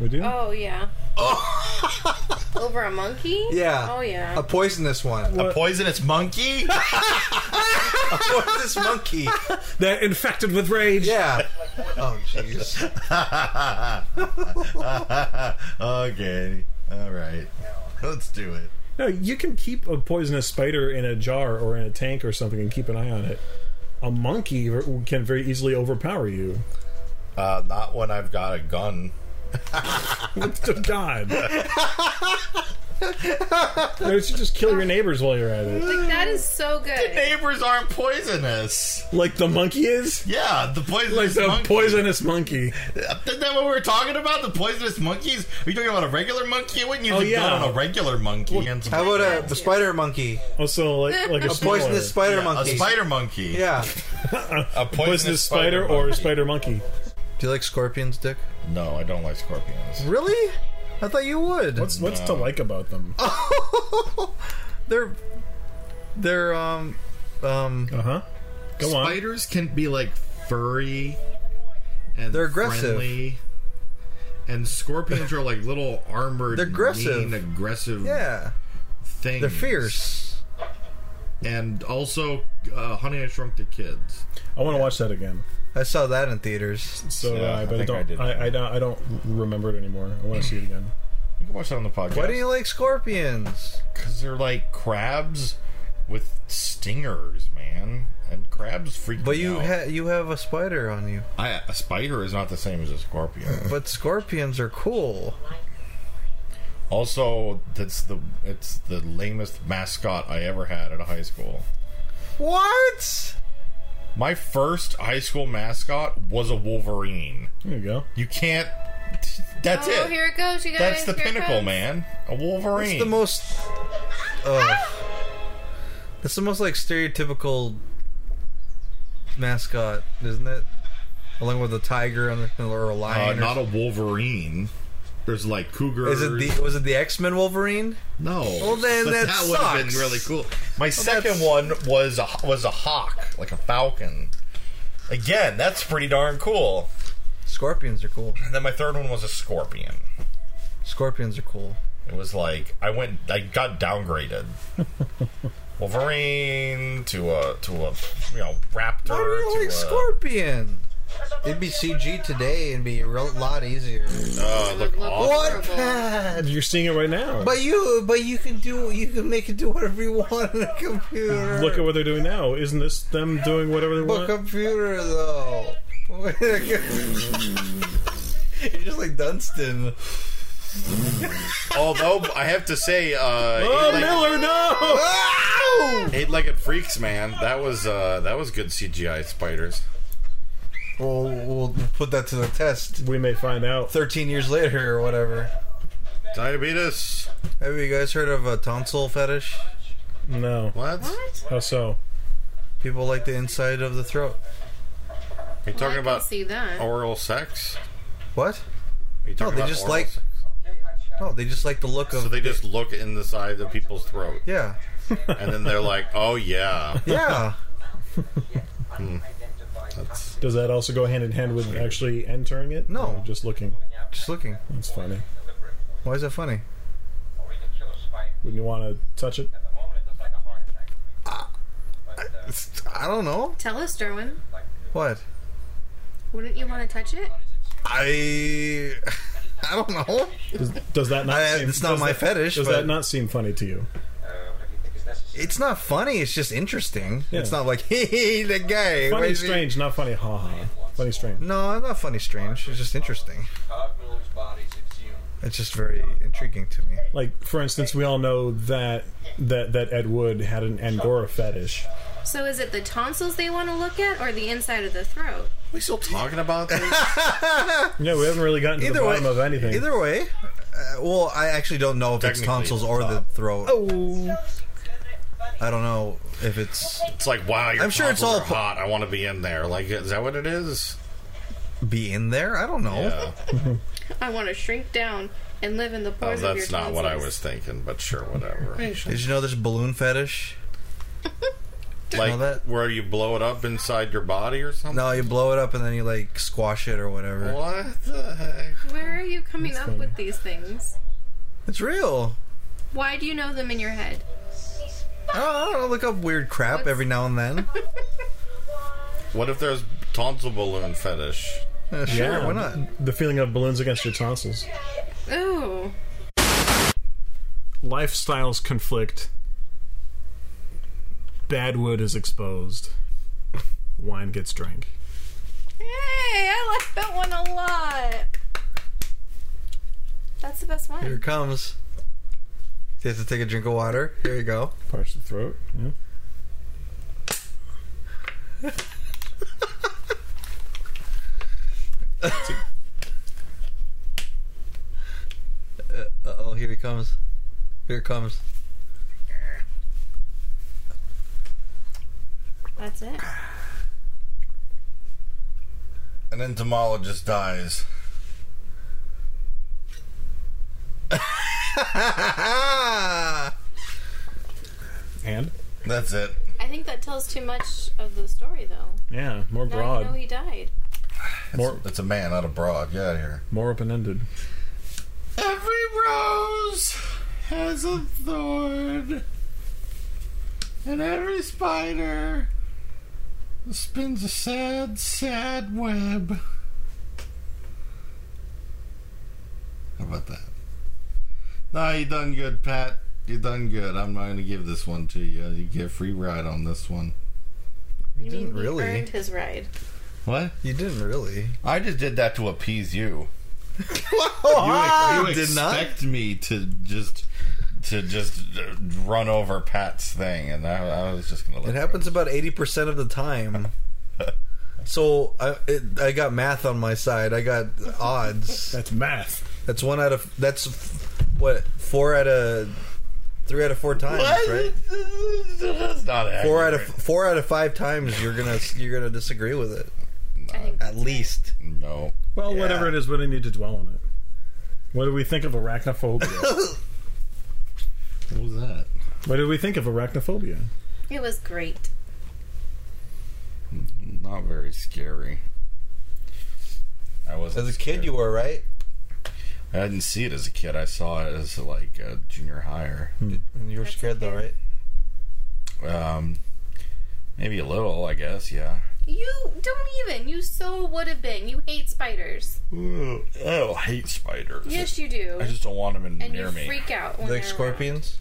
[SPEAKER 2] We
[SPEAKER 1] Hmm?
[SPEAKER 2] do?
[SPEAKER 3] Oh yeah. Over a monkey?
[SPEAKER 4] Oh. Yeah.
[SPEAKER 3] Oh yeah.
[SPEAKER 4] A poisonous one.
[SPEAKER 2] What?
[SPEAKER 1] Poisonous monkey?
[SPEAKER 4] A poisonous monkey.
[SPEAKER 2] They're infected with rage.
[SPEAKER 4] Yeah. Oh, jeez.
[SPEAKER 1] okay. All right. Let's do it.
[SPEAKER 2] No, you can keep a poisonous spider in a jar or in a tank or something and keep an eye on it. A monkey ver- can very easily overpower you.
[SPEAKER 1] Uh, not when I've got a gun.
[SPEAKER 2] To God. Why don't you just kill your neighbors while you're at it?
[SPEAKER 3] Like that is so good.
[SPEAKER 1] Neighbors aren't poisonous.
[SPEAKER 2] Like the monkey is?
[SPEAKER 1] Yeah, the
[SPEAKER 2] Like
[SPEAKER 1] poisonous
[SPEAKER 2] the
[SPEAKER 1] monkey.
[SPEAKER 2] poisonous monkey.
[SPEAKER 1] Isn't that what we were talking about? The poisonous monkeys? Are you talking about a regular monkey? I wouldn't use
[SPEAKER 2] Oh,
[SPEAKER 1] a
[SPEAKER 2] yeah.
[SPEAKER 1] gun on a regular monkey. and
[SPEAKER 4] How about a, a spider monkey?
[SPEAKER 2] Also, like, like a,
[SPEAKER 4] A
[SPEAKER 2] smaller-
[SPEAKER 4] poisonous spider
[SPEAKER 1] a
[SPEAKER 4] monkey.
[SPEAKER 1] spider monkey?
[SPEAKER 4] Yeah.
[SPEAKER 1] A poisonous,
[SPEAKER 2] poisonous spider, or a
[SPEAKER 1] monkey.
[SPEAKER 2] spider monkey.
[SPEAKER 4] Do you like scorpions, Dick?
[SPEAKER 1] No, I don't like scorpions.
[SPEAKER 4] Really? I thought you would.
[SPEAKER 2] What's what's to like about them?
[SPEAKER 4] they're they're um um
[SPEAKER 2] Uh huh. Go on.
[SPEAKER 6] spiders can be like furry and
[SPEAKER 4] They're aggressive.
[SPEAKER 6] friendly. And scorpions are like little armored,
[SPEAKER 4] They're aggressive.
[SPEAKER 6] mean, aggressive
[SPEAKER 4] Yeah,
[SPEAKER 6] things.
[SPEAKER 4] they're fierce.
[SPEAKER 6] And also, uh, Honey, I Shrunk the Kids.
[SPEAKER 2] I want to watch that again.
[SPEAKER 4] I saw that in theaters.
[SPEAKER 2] So
[SPEAKER 1] Yeah,
[SPEAKER 2] uh,
[SPEAKER 1] I
[SPEAKER 2] but I,
[SPEAKER 1] think I did.
[SPEAKER 2] don't. I, I, don't. I don't remember it anymore. I want to see it again.
[SPEAKER 1] You can watch that on the podcast.
[SPEAKER 4] Why do you like scorpions?
[SPEAKER 1] Because they're like crabs with stingers, man. And crabs freak
[SPEAKER 4] But
[SPEAKER 1] me
[SPEAKER 4] you
[SPEAKER 1] out.
[SPEAKER 4] ha- you have a spider on you.
[SPEAKER 1] I, a spider is not the same as a scorpion.
[SPEAKER 4] But scorpions are cool.
[SPEAKER 1] also, that's the it's the lamest mascot I ever had at a high school.
[SPEAKER 4] What?
[SPEAKER 1] My first high school mascot was a Wolverine.
[SPEAKER 2] There you go.
[SPEAKER 1] You can't. That's
[SPEAKER 3] oh,
[SPEAKER 1] it.
[SPEAKER 3] here it goes, you guys.
[SPEAKER 1] that's the
[SPEAKER 3] Here it
[SPEAKER 1] pinnacle,
[SPEAKER 3] comes.
[SPEAKER 1] man. A Wolverine.
[SPEAKER 4] It's the most. Oh, it's the most like stereotypical mascot, isn't it? Along with a tiger and a- or a
[SPEAKER 1] Uh,
[SPEAKER 4] lion. or
[SPEAKER 1] not a Wolverine. There's like cougars.
[SPEAKER 4] Is it the was it the X Men Wolverine?
[SPEAKER 1] no?
[SPEAKER 4] Well, then
[SPEAKER 1] But
[SPEAKER 4] that
[SPEAKER 1] would have been
[SPEAKER 4] sucks.
[SPEAKER 1] really cool. My second
[SPEAKER 4] that's-
[SPEAKER 1] one was a, was a hawk, like a falcon. Again, that's pretty darn cool.
[SPEAKER 4] Scorpions are cool.
[SPEAKER 1] And then my third one was a scorpion.
[SPEAKER 4] Scorpions are cool.
[SPEAKER 1] It was like I went, I got downgraded. Wolverine to a to a you know raptor.
[SPEAKER 4] Why do you
[SPEAKER 1] to
[SPEAKER 4] like
[SPEAKER 1] a-
[SPEAKER 4] Scorpion? It'd be CG today and be a real, lot easier.
[SPEAKER 1] Oh, it looked
[SPEAKER 3] Look
[SPEAKER 1] awesome.
[SPEAKER 4] What?
[SPEAKER 3] horrible.
[SPEAKER 4] Pat?
[SPEAKER 2] You're seeing it right now.
[SPEAKER 4] But you, but you can do, you can make it do whatever you want on a computer.
[SPEAKER 2] Look at what they're doing now. Isn't this them doing whatever they
[SPEAKER 4] What
[SPEAKER 2] want?
[SPEAKER 4] computer though? You're just like Dunstan.
[SPEAKER 1] Although I have to say, uh,
[SPEAKER 2] Oh,
[SPEAKER 1] eight-legged-
[SPEAKER 2] Miller, no!
[SPEAKER 4] Ow!
[SPEAKER 1] eight-legged freaks, man. That was uh, that was good CGI spiders.
[SPEAKER 4] We'll, we'll put that to the test.
[SPEAKER 2] We may find out.
[SPEAKER 4] 13 years later or whatever.
[SPEAKER 1] Diabetes.
[SPEAKER 4] Have you guys heard of a tonsil fetish?
[SPEAKER 2] No.
[SPEAKER 1] What?
[SPEAKER 3] What?
[SPEAKER 2] How so?
[SPEAKER 4] People like the inside of the throat.
[SPEAKER 1] Are you
[SPEAKER 3] Well, I
[SPEAKER 1] talking
[SPEAKER 3] can
[SPEAKER 1] about
[SPEAKER 3] see that.
[SPEAKER 1] oral sex?
[SPEAKER 4] What?
[SPEAKER 1] Are you talking
[SPEAKER 4] they
[SPEAKER 1] about
[SPEAKER 4] just
[SPEAKER 1] oral
[SPEAKER 4] like-
[SPEAKER 1] sex?
[SPEAKER 4] No, they just like the look of.
[SPEAKER 1] So they just look in the side of people's throat,
[SPEAKER 4] yeah,
[SPEAKER 1] and then they're like, "Oh yeah."
[SPEAKER 4] yeah.
[SPEAKER 1] That's,
[SPEAKER 2] Does that also go hand in hand with actually entering it?
[SPEAKER 4] No.
[SPEAKER 2] Or just looking.
[SPEAKER 4] just looking.
[SPEAKER 2] That's funny.
[SPEAKER 4] Why is that funny?
[SPEAKER 2] Wouldn't you want to touch it?
[SPEAKER 4] It's- I don't know.
[SPEAKER 3] Tell us, Derwin.
[SPEAKER 4] What?
[SPEAKER 3] Wouldn't you want to touch it?
[SPEAKER 4] I. I don't know.
[SPEAKER 2] Does, does that not?
[SPEAKER 4] I-
[SPEAKER 2] seem,
[SPEAKER 4] it's not
[SPEAKER 2] does
[SPEAKER 4] my
[SPEAKER 2] that-
[SPEAKER 4] fetish,
[SPEAKER 2] Does
[SPEAKER 4] but-
[SPEAKER 2] that not seem funny to you?
[SPEAKER 4] Uh, It's not funny. It's just interesting.
[SPEAKER 2] Yeah.
[SPEAKER 4] It's not like hey, hey the guy. why
[SPEAKER 2] Funny,
[SPEAKER 4] is he-"
[SPEAKER 2] strange, not funny. Ha ha. Funny, strange.
[SPEAKER 4] No, not funny. Strange. It's just interesting. It's just very intriguing to me.
[SPEAKER 2] Like for instance, we all know that that that Ed Wood had an Angora fetish.
[SPEAKER 3] So is it the tonsils they want to look at, or the inside of the throat?
[SPEAKER 1] we still talking about this?
[SPEAKER 2] Yeah, we haven't really gotten to
[SPEAKER 4] Either
[SPEAKER 2] the
[SPEAKER 4] way,
[SPEAKER 2] bottom of anything.
[SPEAKER 4] either way. Uh, well, I actually don't know if it's
[SPEAKER 1] Technically,
[SPEAKER 4] tonsils or
[SPEAKER 1] it's
[SPEAKER 4] the
[SPEAKER 1] not.
[SPEAKER 4] throat. Oh. I don't know if it's
[SPEAKER 1] it's like, wow, your
[SPEAKER 4] I'm sure it's
[SPEAKER 1] tonsils
[SPEAKER 4] all
[SPEAKER 1] are
[SPEAKER 4] po-
[SPEAKER 1] hot. I want to be in there. Like, is that what it is?
[SPEAKER 4] be in there. I don't know.
[SPEAKER 1] Yeah.
[SPEAKER 3] I want to shrink down and live in the
[SPEAKER 1] Oh,
[SPEAKER 3] pores of your
[SPEAKER 1] that's not what I
[SPEAKER 3] tonsils.
[SPEAKER 1] was thinking, but sure, whatever.
[SPEAKER 4] Did you know there's balloon fetish?
[SPEAKER 1] Like
[SPEAKER 4] know that?
[SPEAKER 1] where you blow it up inside your body or something.
[SPEAKER 4] No, you blow it up and then you like squash it or whatever.
[SPEAKER 1] What the heck?
[SPEAKER 3] Where are you coming up with these things?
[SPEAKER 4] It's real.
[SPEAKER 3] Why do you know them in your head?
[SPEAKER 4] I don't, I don't know, look up weird crap every now and then.
[SPEAKER 1] What if there's tonsil balloon fetish?
[SPEAKER 4] Uh, sure, why not?
[SPEAKER 2] The feeling of balloons against your tonsils.
[SPEAKER 3] Ooh.
[SPEAKER 2] Lifestyles conflict. Badwood is exposed. Wine gets drank.
[SPEAKER 3] Hey, I like that one a lot. That's the best
[SPEAKER 4] Here
[SPEAKER 3] one.
[SPEAKER 4] it comes. You have to take a drink of water. Here you go.
[SPEAKER 2] Parts the throat. Yeah.
[SPEAKER 4] Uh oh, here he comes. Here it comes.
[SPEAKER 3] That's it.
[SPEAKER 1] An entomologist dies.
[SPEAKER 4] Ah!
[SPEAKER 2] And
[SPEAKER 1] That's it.
[SPEAKER 3] I I think that tells too much of the story, though.
[SPEAKER 2] Yeah, more
[SPEAKER 3] Now you know
[SPEAKER 2] broad,
[SPEAKER 3] he died.
[SPEAKER 2] more
[SPEAKER 1] That's a man, not a broad. Get out of here.
[SPEAKER 2] more open ended.
[SPEAKER 1] Every rose has a thorn, and every spider spins a sad, sad web. How about that? Nah, you done good, Pat. You done good. I'm not gonna give this one to you. You get a free ride on this one.
[SPEAKER 3] You
[SPEAKER 4] didn't
[SPEAKER 3] mean he
[SPEAKER 4] really.
[SPEAKER 3] earned his ride?
[SPEAKER 1] What?
[SPEAKER 4] You didn't really.
[SPEAKER 1] I just did that to appease you.
[SPEAKER 4] Oh,
[SPEAKER 1] you
[SPEAKER 4] did not.
[SPEAKER 1] expect me to just to just uh, run over Pat's thing, and I, I was just gonna. Let
[SPEAKER 4] It happens about eighty percent of the time. So I it, I got math on my side. I got odds.
[SPEAKER 2] That's math.
[SPEAKER 4] That's one out of that's what four out of three out of four times, right?
[SPEAKER 1] That's not accurate.
[SPEAKER 4] Four out of four out of five times you're gonna you're gonna disagree with it
[SPEAKER 3] I think
[SPEAKER 4] at least.
[SPEAKER 1] no.
[SPEAKER 2] Well, whatever it is, we don't need to dwell on it. What do we think of arachnophobia?
[SPEAKER 1] What was that?
[SPEAKER 2] what do we think of arachnophobia?
[SPEAKER 3] it was great.
[SPEAKER 1] Not very scary. I wasn't
[SPEAKER 4] As a kid,
[SPEAKER 1] scared.
[SPEAKER 4] you were right.
[SPEAKER 1] I didn't see it as a kid. I saw it as like a junior higher.
[SPEAKER 4] And you were scared though, right?
[SPEAKER 1] Um, maybe a little, I guess. Yeah.
[SPEAKER 3] You don't even. You so would have been. You hate spiders.
[SPEAKER 1] Ooh, I don't hate spiders.
[SPEAKER 3] Yes, you do.
[SPEAKER 1] I just don't want them in
[SPEAKER 3] and
[SPEAKER 1] near
[SPEAKER 3] you
[SPEAKER 1] me.
[SPEAKER 3] freak out when
[SPEAKER 4] Like
[SPEAKER 3] they're
[SPEAKER 4] scorpions.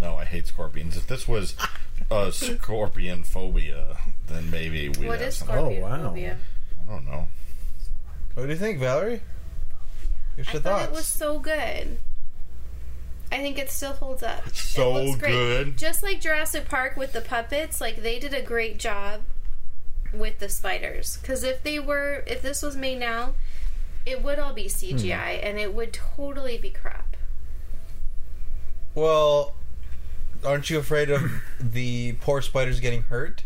[SPEAKER 1] No, I hate scorpions. If this was a scorpion phobia, then maybe we.
[SPEAKER 3] around. What
[SPEAKER 1] have
[SPEAKER 3] is
[SPEAKER 1] something.
[SPEAKER 3] scorpion
[SPEAKER 2] wow.
[SPEAKER 3] phobia?
[SPEAKER 1] I don't know.
[SPEAKER 4] What do you think, Valerie? What's
[SPEAKER 3] I
[SPEAKER 4] your
[SPEAKER 3] thought
[SPEAKER 4] thoughts?
[SPEAKER 3] it was so good. I think it still holds up.
[SPEAKER 1] so
[SPEAKER 3] it looks great.
[SPEAKER 1] good.
[SPEAKER 3] Just like Jurassic Park with the puppets, like they did a great job with the spiders. Because if they were, if this was made now, it would all be CGI and it would totally be crap.
[SPEAKER 4] Well, aren't you afraid of the poor spiders getting hurt?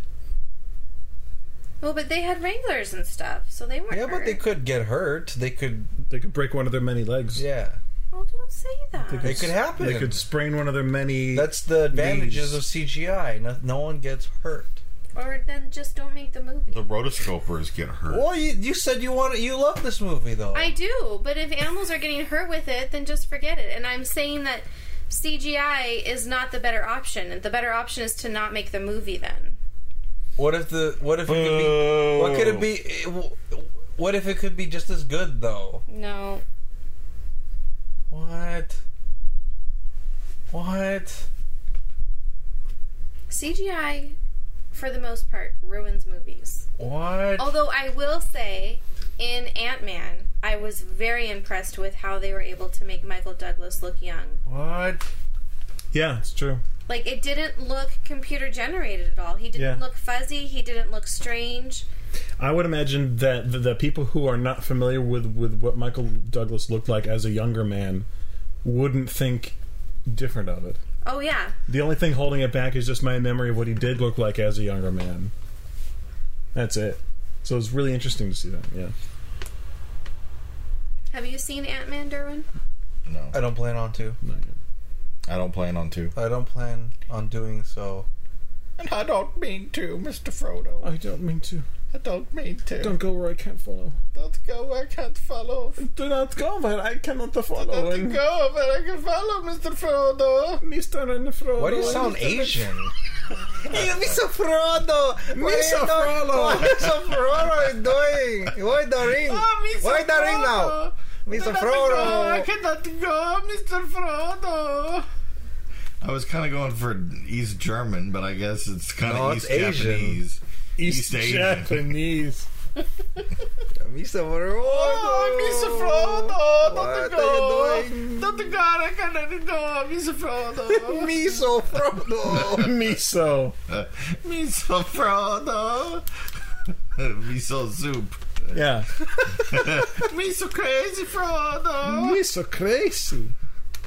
[SPEAKER 3] Well, but they had wranglers and stuff, so they weren't.
[SPEAKER 4] Yeah, but they
[SPEAKER 3] hurt.
[SPEAKER 4] could get hurt. They could.
[SPEAKER 2] They could break one of their many legs.
[SPEAKER 4] Yeah,
[SPEAKER 3] Oh, don't say that.
[SPEAKER 2] They
[SPEAKER 4] it could happen.
[SPEAKER 2] They could sprain one of their many.
[SPEAKER 4] That's the advantages of CGI. No, no one gets hurt.
[SPEAKER 3] Or then just don't make the movie.
[SPEAKER 1] The rotoscopers get hurt.
[SPEAKER 4] Well, you, you said you want you love this movie though.
[SPEAKER 3] I do, but if animals are getting hurt with it, then just forget it. And I'm saying that CGI is not the better option. The better option is to not make the movie then.
[SPEAKER 4] What if the what if it could be what could it be? eh, wh- What if it could be just as good though?
[SPEAKER 3] No.
[SPEAKER 4] What? What?
[SPEAKER 3] CGI, for the most part, ruins movies.
[SPEAKER 4] What?
[SPEAKER 3] Although I will say, in Ant Man, I was very impressed with how they were able to make Michael Douglas look young.
[SPEAKER 4] What?
[SPEAKER 2] yeah, it's true.
[SPEAKER 3] Like, it didn't look computer generated at all. He didn't
[SPEAKER 2] Yeah.
[SPEAKER 3] look fuzzy, he didn't look strange.
[SPEAKER 2] I would imagine that the, the people who are not familiar with, with what Michael Douglas looked like as a younger man wouldn't think different of it.
[SPEAKER 3] Oh, yeah.
[SPEAKER 2] The only thing holding it back is just my memory of what he did look like as a younger man. That's it. So it's really interesting to see that. Yeah.
[SPEAKER 3] Have you seen Ant Man, Derwin?
[SPEAKER 1] No,
[SPEAKER 4] I don't plan on to.
[SPEAKER 2] Not yet.
[SPEAKER 1] I don't plan on to.
[SPEAKER 4] I don't plan on doing so.
[SPEAKER 1] And I don't mean to, Mister Frodo.
[SPEAKER 2] Oh, I don't mean to.
[SPEAKER 1] I don't mean to.
[SPEAKER 2] Don't go where I can't follow.
[SPEAKER 1] Don't go. I can't follow.
[SPEAKER 2] Do not go where I cannot follow.
[SPEAKER 1] Don't go, but I can follow, Mister Frodo.
[SPEAKER 2] Mr. and Frodo.
[SPEAKER 4] Why do you sound Asian? Mr. Frodo! Mr. Frodo! What is Frodo doing? Why the ring? Why the ring now? Mr. Frodo!
[SPEAKER 1] cannot go, Mr.
[SPEAKER 4] Oh.
[SPEAKER 1] Frodo. I was kind of going for East German, but I guess it's kind of
[SPEAKER 4] No, it's
[SPEAKER 1] East
[SPEAKER 4] Asian.
[SPEAKER 1] Japanese.
[SPEAKER 2] East,
[SPEAKER 1] East Asian.
[SPEAKER 2] Japanese.
[SPEAKER 4] Mr. Frodo!
[SPEAKER 1] Oh,
[SPEAKER 4] What are you doing?
[SPEAKER 1] Don't go! I cannot go, Mr. Frodo.
[SPEAKER 4] Mr. Frodo!
[SPEAKER 2] Miso.
[SPEAKER 1] Miso Frodo. Miso soup.
[SPEAKER 2] Yeah.
[SPEAKER 1] Miso crazy Frodo.
[SPEAKER 2] Miso crazy.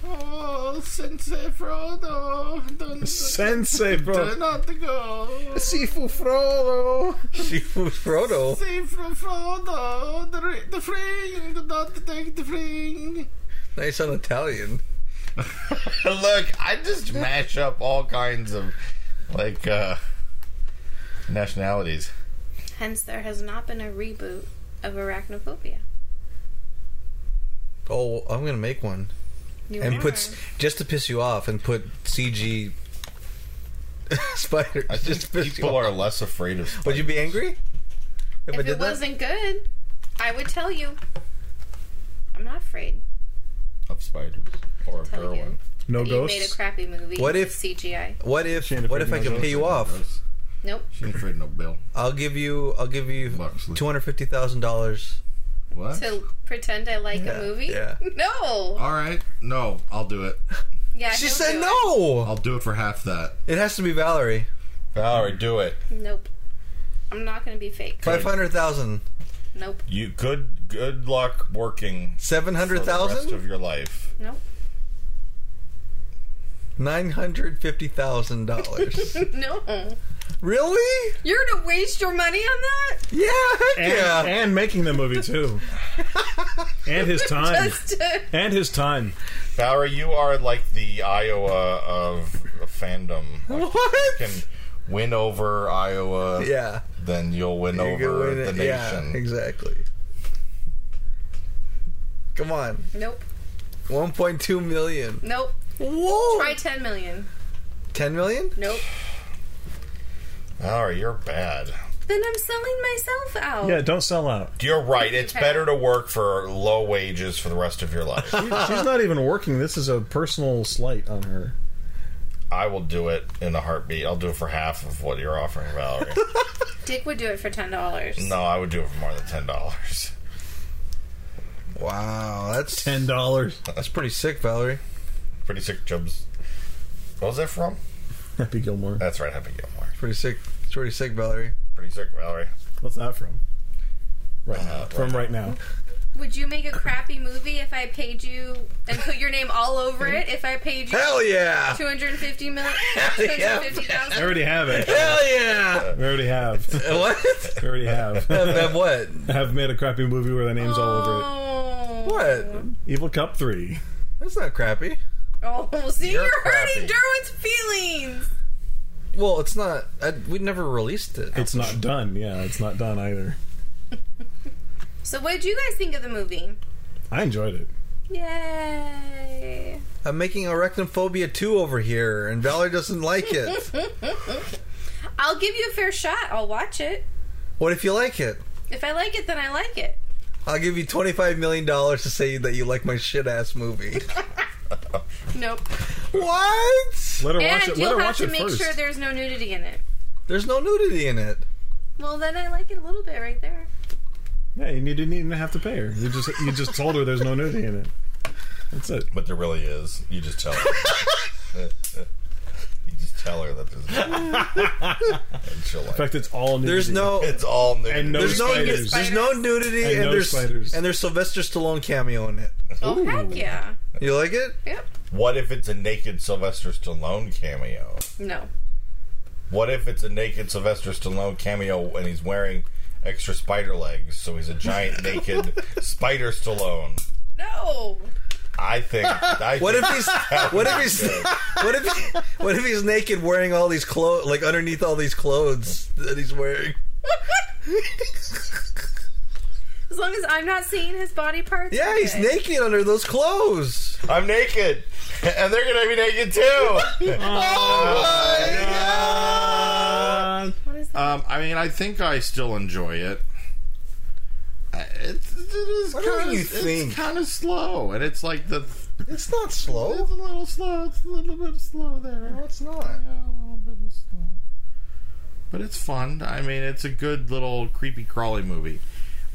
[SPEAKER 1] Oh, Sensei Frodo. Don't,
[SPEAKER 2] Sensei, bro.
[SPEAKER 1] do not go.
[SPEAKER 2] Sifu Frodo.
[SPEAKER 4] Seafood Frodo?
[SPEAKER 1] Save from Frodo. The, ri- the ring. Do not take the ring.
[SPEAKER 4] Now you sound Italian.
[SPEAKER 1] Look, I just mash up all kinds of like uh nationalities.
[SPEAKER 3] Hence, there has not been a reboot of Arachnophobia.
[SPEAKER 4] Oh, I'm gonna make one
[SPEAKER 3] You
[SPEAKER 4] and
[SPEAKER 3] are.
[SPEAKER 4] put s- just to piss you off and put CG spiders.
[SPEAKER 1] I think
[SPEAKER 4] just to piss you
[SPEAKER 1] people
[SPEAKER 4] off.
[SPEAKER 1] are less afraid of.
[SPEAKER 4] Would you be angry if, I
[SPEAKER 3] if
[SPEAKER 4] did
[SPEAKER 3] it
[SPEAKER 4] that?
[SPEAKER 3] wasn't good, I would tell you. I'm not afraid.
[SPEAKER 1] of spiders or of
[SPEAKER 3] Tell you.
[SPEAKER 1] heroin?
[SPEAKER 2] No
[SPEAKER 3] you made a
[SPEAKER 2] ghosts.
[SPEAKER 3] crappy movie.
[SPEAKER 4] What
[SPEAKER 3] with
[SPEAKER 4] if-
[SPEAKER 3] CGI?
[SPEAKER 4] What if
[SPEAKER 2] Shame to
[SPEAKER 4] what if I
[SPEAKER 2] freaking
[SPEAKER 4] could
[SPEAKER 2] know
[SPEAKER 4] pay you off?
[SPEAKER 3] Nope.
[SPEAKER 7] She ain't afraid of no bill.
[SPEAKER 4] I'll give you I'll give you
[SPEAKER 7] Moxley.
[SPEAKER 4] two hundred fifty thousand dollars.
[SPEAKER 7] What?
[SPEAKER 3] To pretend I like
[SPEAKER 4] Yeah,
[SPEAKER 3] a movie?
[SPEAKER 4] yeah.
[SPEAKER 3] No.
[SPEAKER 7] All right. No, I'll do it.
[SPEAKER 3] Yeah.
[SPEAKER 4] She
[SPEAKER 3] he'll
[SPEAKER 4] said
[SPEAKER 3] do it.
[SPEAKER 4] no.
[SPEAKER 7] I'll do it for half that.
[SPEAKER 4] It has to be Valerie.
[SPEAKER 1] Valerie, do it.
[SPEAKER 3] Nope. I'm not gonna be fake.
[SPEAKER 4] Five hundred thousand.
[SPEAKER 3] Nope.
[SPEAKER 1] You good. Good luck working
[SPEAKER 4] Seven
[SPEAKER 1] for
[SPEAKER 4] hundred
[SPEAKER 1] the rest
[SPEAKER 4] thousand?
[SPEAKER 1] of your life.
[SPEAKER 3] Nope.
[SPEAKER 4] Nine hundred fifty thousand dollars.
[SPEAKER 3] No.
[SPEAKER 4] really?
[SPEAKER 3] You're gonna waste your money on that?
[SPEAKER 4] Yeah, heck
[SPEAKER 2] And,
[SPEAKER 4] yeah.
[SPEAKER 2] and making the movie too. and his time.
[SPEAKER 3] Just to-
[SPEAKER 2] and his time.
[SPEAKER 1] Valerie, you are like the Iowa of fandom. If
[SPEAKER 4] what?
[SPEAKER 1] you can win over Iowa,
[SPEAKER 4] yeah.
[SPEAKER 1] then you'll win
[SPEAKER 4] You can
[SPEAKER 1] over
[SPEAKER 4] win
[SPEAKER 1] the
[SPEAKER 4] it.
[SPEAKER 1] nation.
[SPEAKER 4] Yeah, exactly. Come on.
[SPEAKER 3] nope.
[SPEAKER 4] 1.2 million.
[SPEAKER 3] Nope.
[SPEAKER 4] Whoa.
[SPEAKER 3] Try 10 million.
[SPEAKER 4] 10 million?
[SPEAKER 3] Nope.
[SPEAKER 1] Valerie, you're bad.
[SPEAKER 3] Then I'm selling myself out.
[SPEAKER 2] Yeah, don't sell out.
[SPEAKER 1] You're right. It's
[SPEAKER 3] Okay.
[SPEAKER 1] better to work for low wages for the rest of your life.
[SPEAKER 2] She's not even working. This is a personal slight on her.
[SPEAKER 1] I will do it in a heartbeat. I'll do it for half of what you're offering, Valerie.
[SPEAKER 3] Dick would do it for $10.
[SPEAKER 1] no, I would do it for more than ten dollars.
[SPEAKER 4] Wow, that's
[SPEAKER 2] Ten dollars.
[SPEAKER 4] that's pretty sick, Valerie.
[SPEAKER 1] Pretty sick jobs. What was that from?
[SPEAKER 2] Happy Gilmore.
[SPEAKER 1] That's right, Happy Gilmore.
[SPEAKER 4] Pretty sick. It's pretty sick, Valerie.
[SPEAKER 1] Pretty sick, Valerie. Uh,
[SPEAKER 2] What's that from? Right now.
[SPEAKER 1] right
[SPEAKER 2] From right now.
[SPEAKER 3] Would you make a crappy movie if I paid you and put your name all over it? If I paid you
[SPEAKER 4] Hell yeah!
[SPEAKER 3] 250 million?
[SPEAKER 4] yeah.
[SPEAKER 3] 250,000?
[SPEAKER 2] I already have it.
[SPEAKER 4] Hell yeah!
[SPEAKER 2] We already have.
[SPEAKER 4] what?
[SPEAKER 2] We already have.
[SPEAKER 4] then what?
[SPEAKER 2] have made a crappy movie where the name's all over
[SPEAKER 3] Oh.
[SPEAKER 4] What?
[SPEAKER 2] it. Evil Cup Three.
[SPEAKER 4] That's not crappy.
[SPEAKER 3] Oh, see,
[SPEAKER 1] You're
[SPEAKER 3] you're, hurting
[SPEAKER 1] crappy.
[SPEAKER 3] Derwin's feelings.
[SPEAKER 4] Well, it's not. I, we never released it.
[SPEAKER 2] It's not done. Yeah, it's not done either.
[SPEAKER 3] So, what did you guys think of the movie?
[SPEAKER 2] I enjoyed it.
[SPEAKER 3] Yay.
[SPEAKER 4] I'm making Arachnophobia 2 over here, and Valerie doesn't like it.
[SPEAKER 3] I'll give you a fair shot. I'll watch it.
[SPEAKER 4] what if you like it?
[SPEAKER 3] If I like it, then I like it.
[SPEAKER 4] I'll give you $25 million to say that you like my shit ass movie.
[SPEAKER 3] Nope.
[SPEAKER 4] what?
[SPEAKER 2] Let her watch
[SPEAKER 3] And
[SPEAKER 2] it. Let
[SPEAKER 3] you'll
[SPEAKER 2] her
[SPEAKER 3] have
[SPEAKER 2] watch
[SPEAKER 3] to
[SPEAKER 2] it
[SPEAKER 3] make
[SPEAKER 2] first.
[SPEAKER 3] sure there's no nudity in it.
[SPEAKER 4] There's no nudity in it.
[SPEAKER 3] Well, then I like it a little bit right there.
[SPEAKER 2] yeah, you didn't even have to pay her. You just you just told her there's no nudity in it. That's it.
[SPEAKER 1] But there really is. You just tell her. you just tell her that there's. and she'll like.
[SPEAKER 2] In fact, it's all nudity.
[SPEAKER 4] There's no.
[SPEAKER 1] It's all new.
[SPEAKER 2] and no
[SPEAKER 4] There's no,
[SPEAKER 2] spiders.
[SPEAKER 4] there's no nudity
[SPEAKER 2] And
[SPEAKER 4] and,
[SPEAKER 2] no
[SPEAKER 4] there's
[SPEAKER 2] spiders.
[SPEAKER 4] and there's Sylvester Stallone cameo in it.
[SPEAKER 3] Oh, heck yeah.
[SPEAKER 4] You like it?
[SPEAKER 3] Yep.
[SPEAKER 1] What if it's a naked Sylvester Stallone cameo?
[SPEAKER 3] No.
[SPEAKER 1] What if it's a naked Sylvester Stallone cameo and he's wearing extra spider legs, so he's a giant naked spider Stallone?
[SPEAKER 3] No.
[SPEAKER 1] I think. I
[SPEAKER 4] What
[SPEAKER 1] think
[SPEAKER 4] if he's what if he's what if he- what if he's naked wearing all these clothes like underneath all these clothes that he's wearing?
[SPEAKER 3] As long as I'm not seeing his body parts.
[SPEAKER 4] Yeah,
[SPEAKER 3] I'm
[SPEAKER 4] he's
[SPEAKER 3] good.
[SPEAKER 4] naked under those clothes.
[SPEAKER 1] I'm naked, and they're gonna be naked
[SPEAKER 7] Oh
[SPEAKER 1] too.
[SPEAKER 4] Oh
[SPEAKER 3] What is that?
[SPEAKER 7] Um, I mean, I think I still enjoy it. I- It's, it is
[SPEAKER 4] What do you
[SPEAKER 7] kind of,
[SPEAKER 4] mean you think?
[SPEAKER 7] It's kind of slow, and it's like the.
[SPEAKER 4] It's not
[SPEAKER 7] It's
[SPEAKER 4] slow.
[SPEAKER 7] a little slow. It's a little bit slow there.
[SPEAKER 4] No, it's not.
[SPEAKER 7] Yeah, a little bit of slow. But it's fun. I mean, it's a good little creepy crawly movie.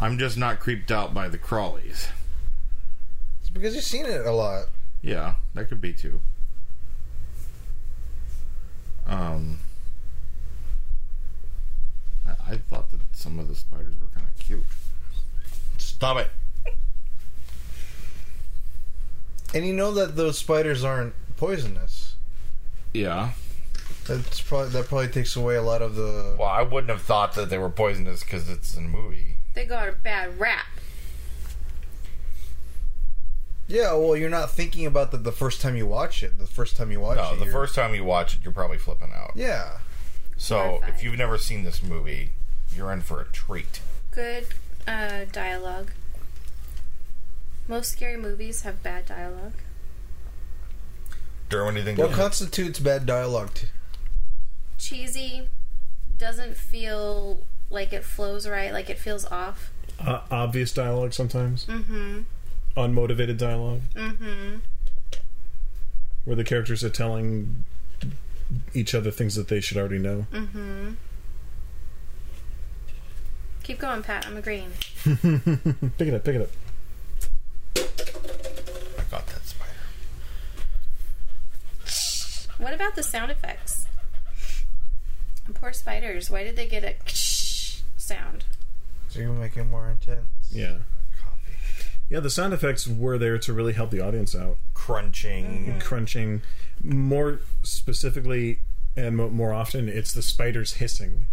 [SPEAKER 7] I'm just not creeped out by the crawlies.
[SPEAKER 4] It's because you've seen it a lot.
[SPEAKER 7] Yeah, that could be too. Um, I, I thought that some of the spiders were kind of cute.
[SPEAKER 1] Stop it.
[SPEAKER 4] And you know that those spiders aren't poisonous.
[SPEAKER 7] Yeah,
[SPEAKER 4] That's probably that probably takes away a lot of the
[SPEAKER 1] Well, I wouldn't have thought that they were poisonous because it's a movie.
[SPEAKER 3] They got a bad rap.
[SPEAKER 4] Yeah, well, you're not thinking about that the first time you watch it. The first time you watch
[SPEAKER 1] No,
[SPEAKER 4] it,
[SPEAKER 1] the
[SPEAKER 4] you're-
[SPEAKER 1] first time you watch it, you're probably flipping out.
[SPEAKER 4] Yeah,
[SPEAKER 1] So
[SPEAKER 3] Horrified.
[SPEAKER 1] if you've never seen this movie, you're in for a treat.
[SPEAKER 3] Good uh, dialogue. Most scary movies have bad dialogue.
[SPEAKER 1] Derwin, do you think
[SPEAKER 4] What
[SPEAKER 1] that-
[SPEAKER 4] constitutes bad dialogue? To,
[SPEAKER 3] Cheesy, doesn't feel like it flows right, like it feels off.
[SPEAKER 2] Uh, obvious dialogue sometimes,
[SPEAKER 3] Mm-hmm.
[SPEAKER 2] unmotivated dialogue,
[SPEAKER 3] Mm-hmm.
[SPEAKER 2] where the characters are telling each other things that they should already know.
[SPEAKER 3] Mm-hmm. Keep going, Pat. I'm agreeing. Mm-hmm.
[SPEAKER 2] Pick it up, pick it up.
[SPEAKER 1] I got that spider.
[SPEAKER 3] What about the sound effects? Poor spiders. Why did they get a sound?
[SPEAKER 8] So you make it more intense.
[SPEAKER 2] Yeah,
[SPEAKER 1] Copy.
[SPEAKER 2] yeah. The sound effects were there to really help the audience out.
[SPEAKER 1] Crunching.
[SPEAKER 2] Mm-hmm. Crunching, more specifically, and mo- more often, it's the spiders hissing.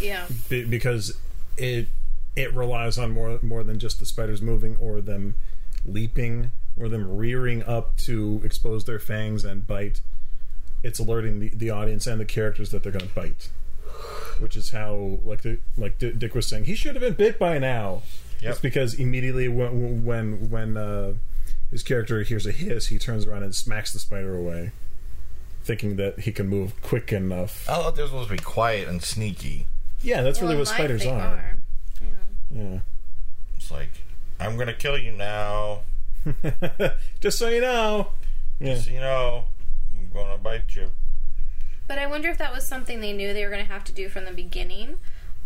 [SPEAKER 3] Yeah.
[SPEAKER 2] be- because it it relies on more more than just the spiders moving or them leaping or them rearing up to expose their fangs and bite. It's alerting the, the audience and the characters that they're going to bite, which is how like the, like D- Dick was saying he should have been bit by now.
[SPEAKER 1] Yep.
[SPEAKER 2] It's because immediately when when when uh, his character hears a hiss, he turns around and smacks the spider away, thinking that he can move quick enough.
[SPEAKER 1] I thought they were supposed to be quiet and sneaky.
[SPEAKER 2] Yeah, that's really
[SPEAKER 3] Well,
[SPEAKER 2] what
[SPEAKER 3] in life
[SPEAKER 2] spiders
[SPEAKER 3] they
[SPEAKER 2] are.
[SPEAKER 3] Yeah.
[SPEAKER 2] Yeah.
[SPEAKER 1] It's like, I'm gonna kill you now.
[SPEAKER 2] Just so you know. Yeah.
[SPEAKER 1] So you know, I'm gonna bite you.
[SPEAKER 3] But I wonder if that was something they knew they were going to have to do from the beginning,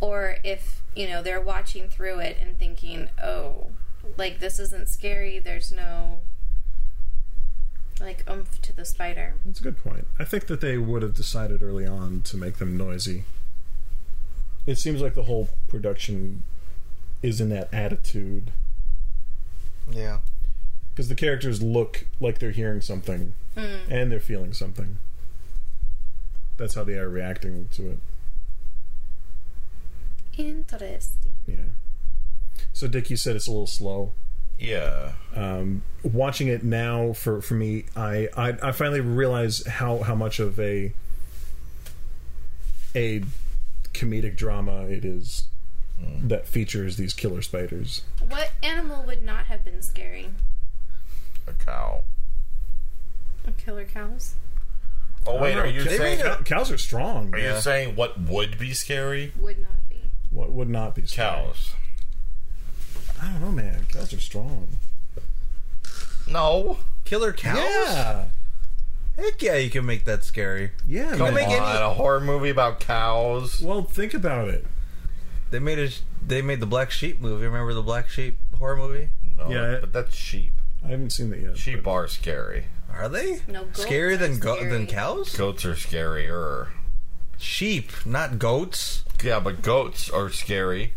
[SPEAKER 3] or if you know they're watching through it and thinking, "Oh, like this isn't scary. There's no like oomph to the spider."
[SPEAKER 2] That's a good point. I think that they would have decided early on to make them noisy. It seems like the whole production is in that attitude
[SPEAKER 8] Yeah.
[SPEAKER 2] because the characters look like they're hearing something and they're feeling something. That's how they are reacting to it.
[SPEAKER 3] Interesting.
[SPEAKER 2] Yeah. So, Dick, you said it's a little slow.
[SPEAKER 1] Yeah.
[SPEAKER 2] um, watching it now for, for me I, I I finally realize how how much of a a comedic drama it is
[SPEAKER 4] Hmm.
[SPEAKER 2] that features these killer spiders
[SPEAKER 3] What animal would not have been scary?
[SPEAKER 1] A cow.
[SPEAKER 3] Killer cows.
[SPEAKER 1] Oh wait, are you
[SPEAKER 2] They
[SPEAKER 1] saying?
[SPEAKER 2] really- cows are strong
[SPEAKER 1] Are you saying what would be scary?
[SPEAKER 3] Would not be.
[SPEAKER 2] what would not be strong?
[SPEAKER 1] Cows.
[SPEAKER 2] I don't know man cows are strong
[SPEAKER 1] No.
[SPEAKER 4] killer cows?
[SPEAKER 2] yeah
[SPEAKER 4] Heck yeah, you can make that scary.
[SPEAKER 2] yeah
[SPEAKER 4] Don't
[SPEAKER 2] man.
[SPEAKER 4] make any-
[SPEAKER 1] On a horror movie about cows.
[SPEAKER 2] well think about it
[SPEAKER 4] They made a, They made the Black Sheep movie. Remember the Black Sheep horror movie?
[SPEAKER 1] No,
[SPEAKER 2] Yeah.
[SPEAKER 1] but that's sheep.
[SPEAKER 2] I haven't seen that yet
[SPEAKER 1] Sheep are scary.
[SPEAKER 4] Are they
[SPEAKER 3] No, goats
[SPEAKER 4] scarier
[SPEAKER 3] are
[SPEAKER 4] than
[SPEAKER 3] scary.
[SPEAKER 4] than cows?
[SPEAKER 1] Goats are scarier.
[SPEAKER 4] Sheep, not goats.
[SPEAKER 1] Yeah, but goats are scary.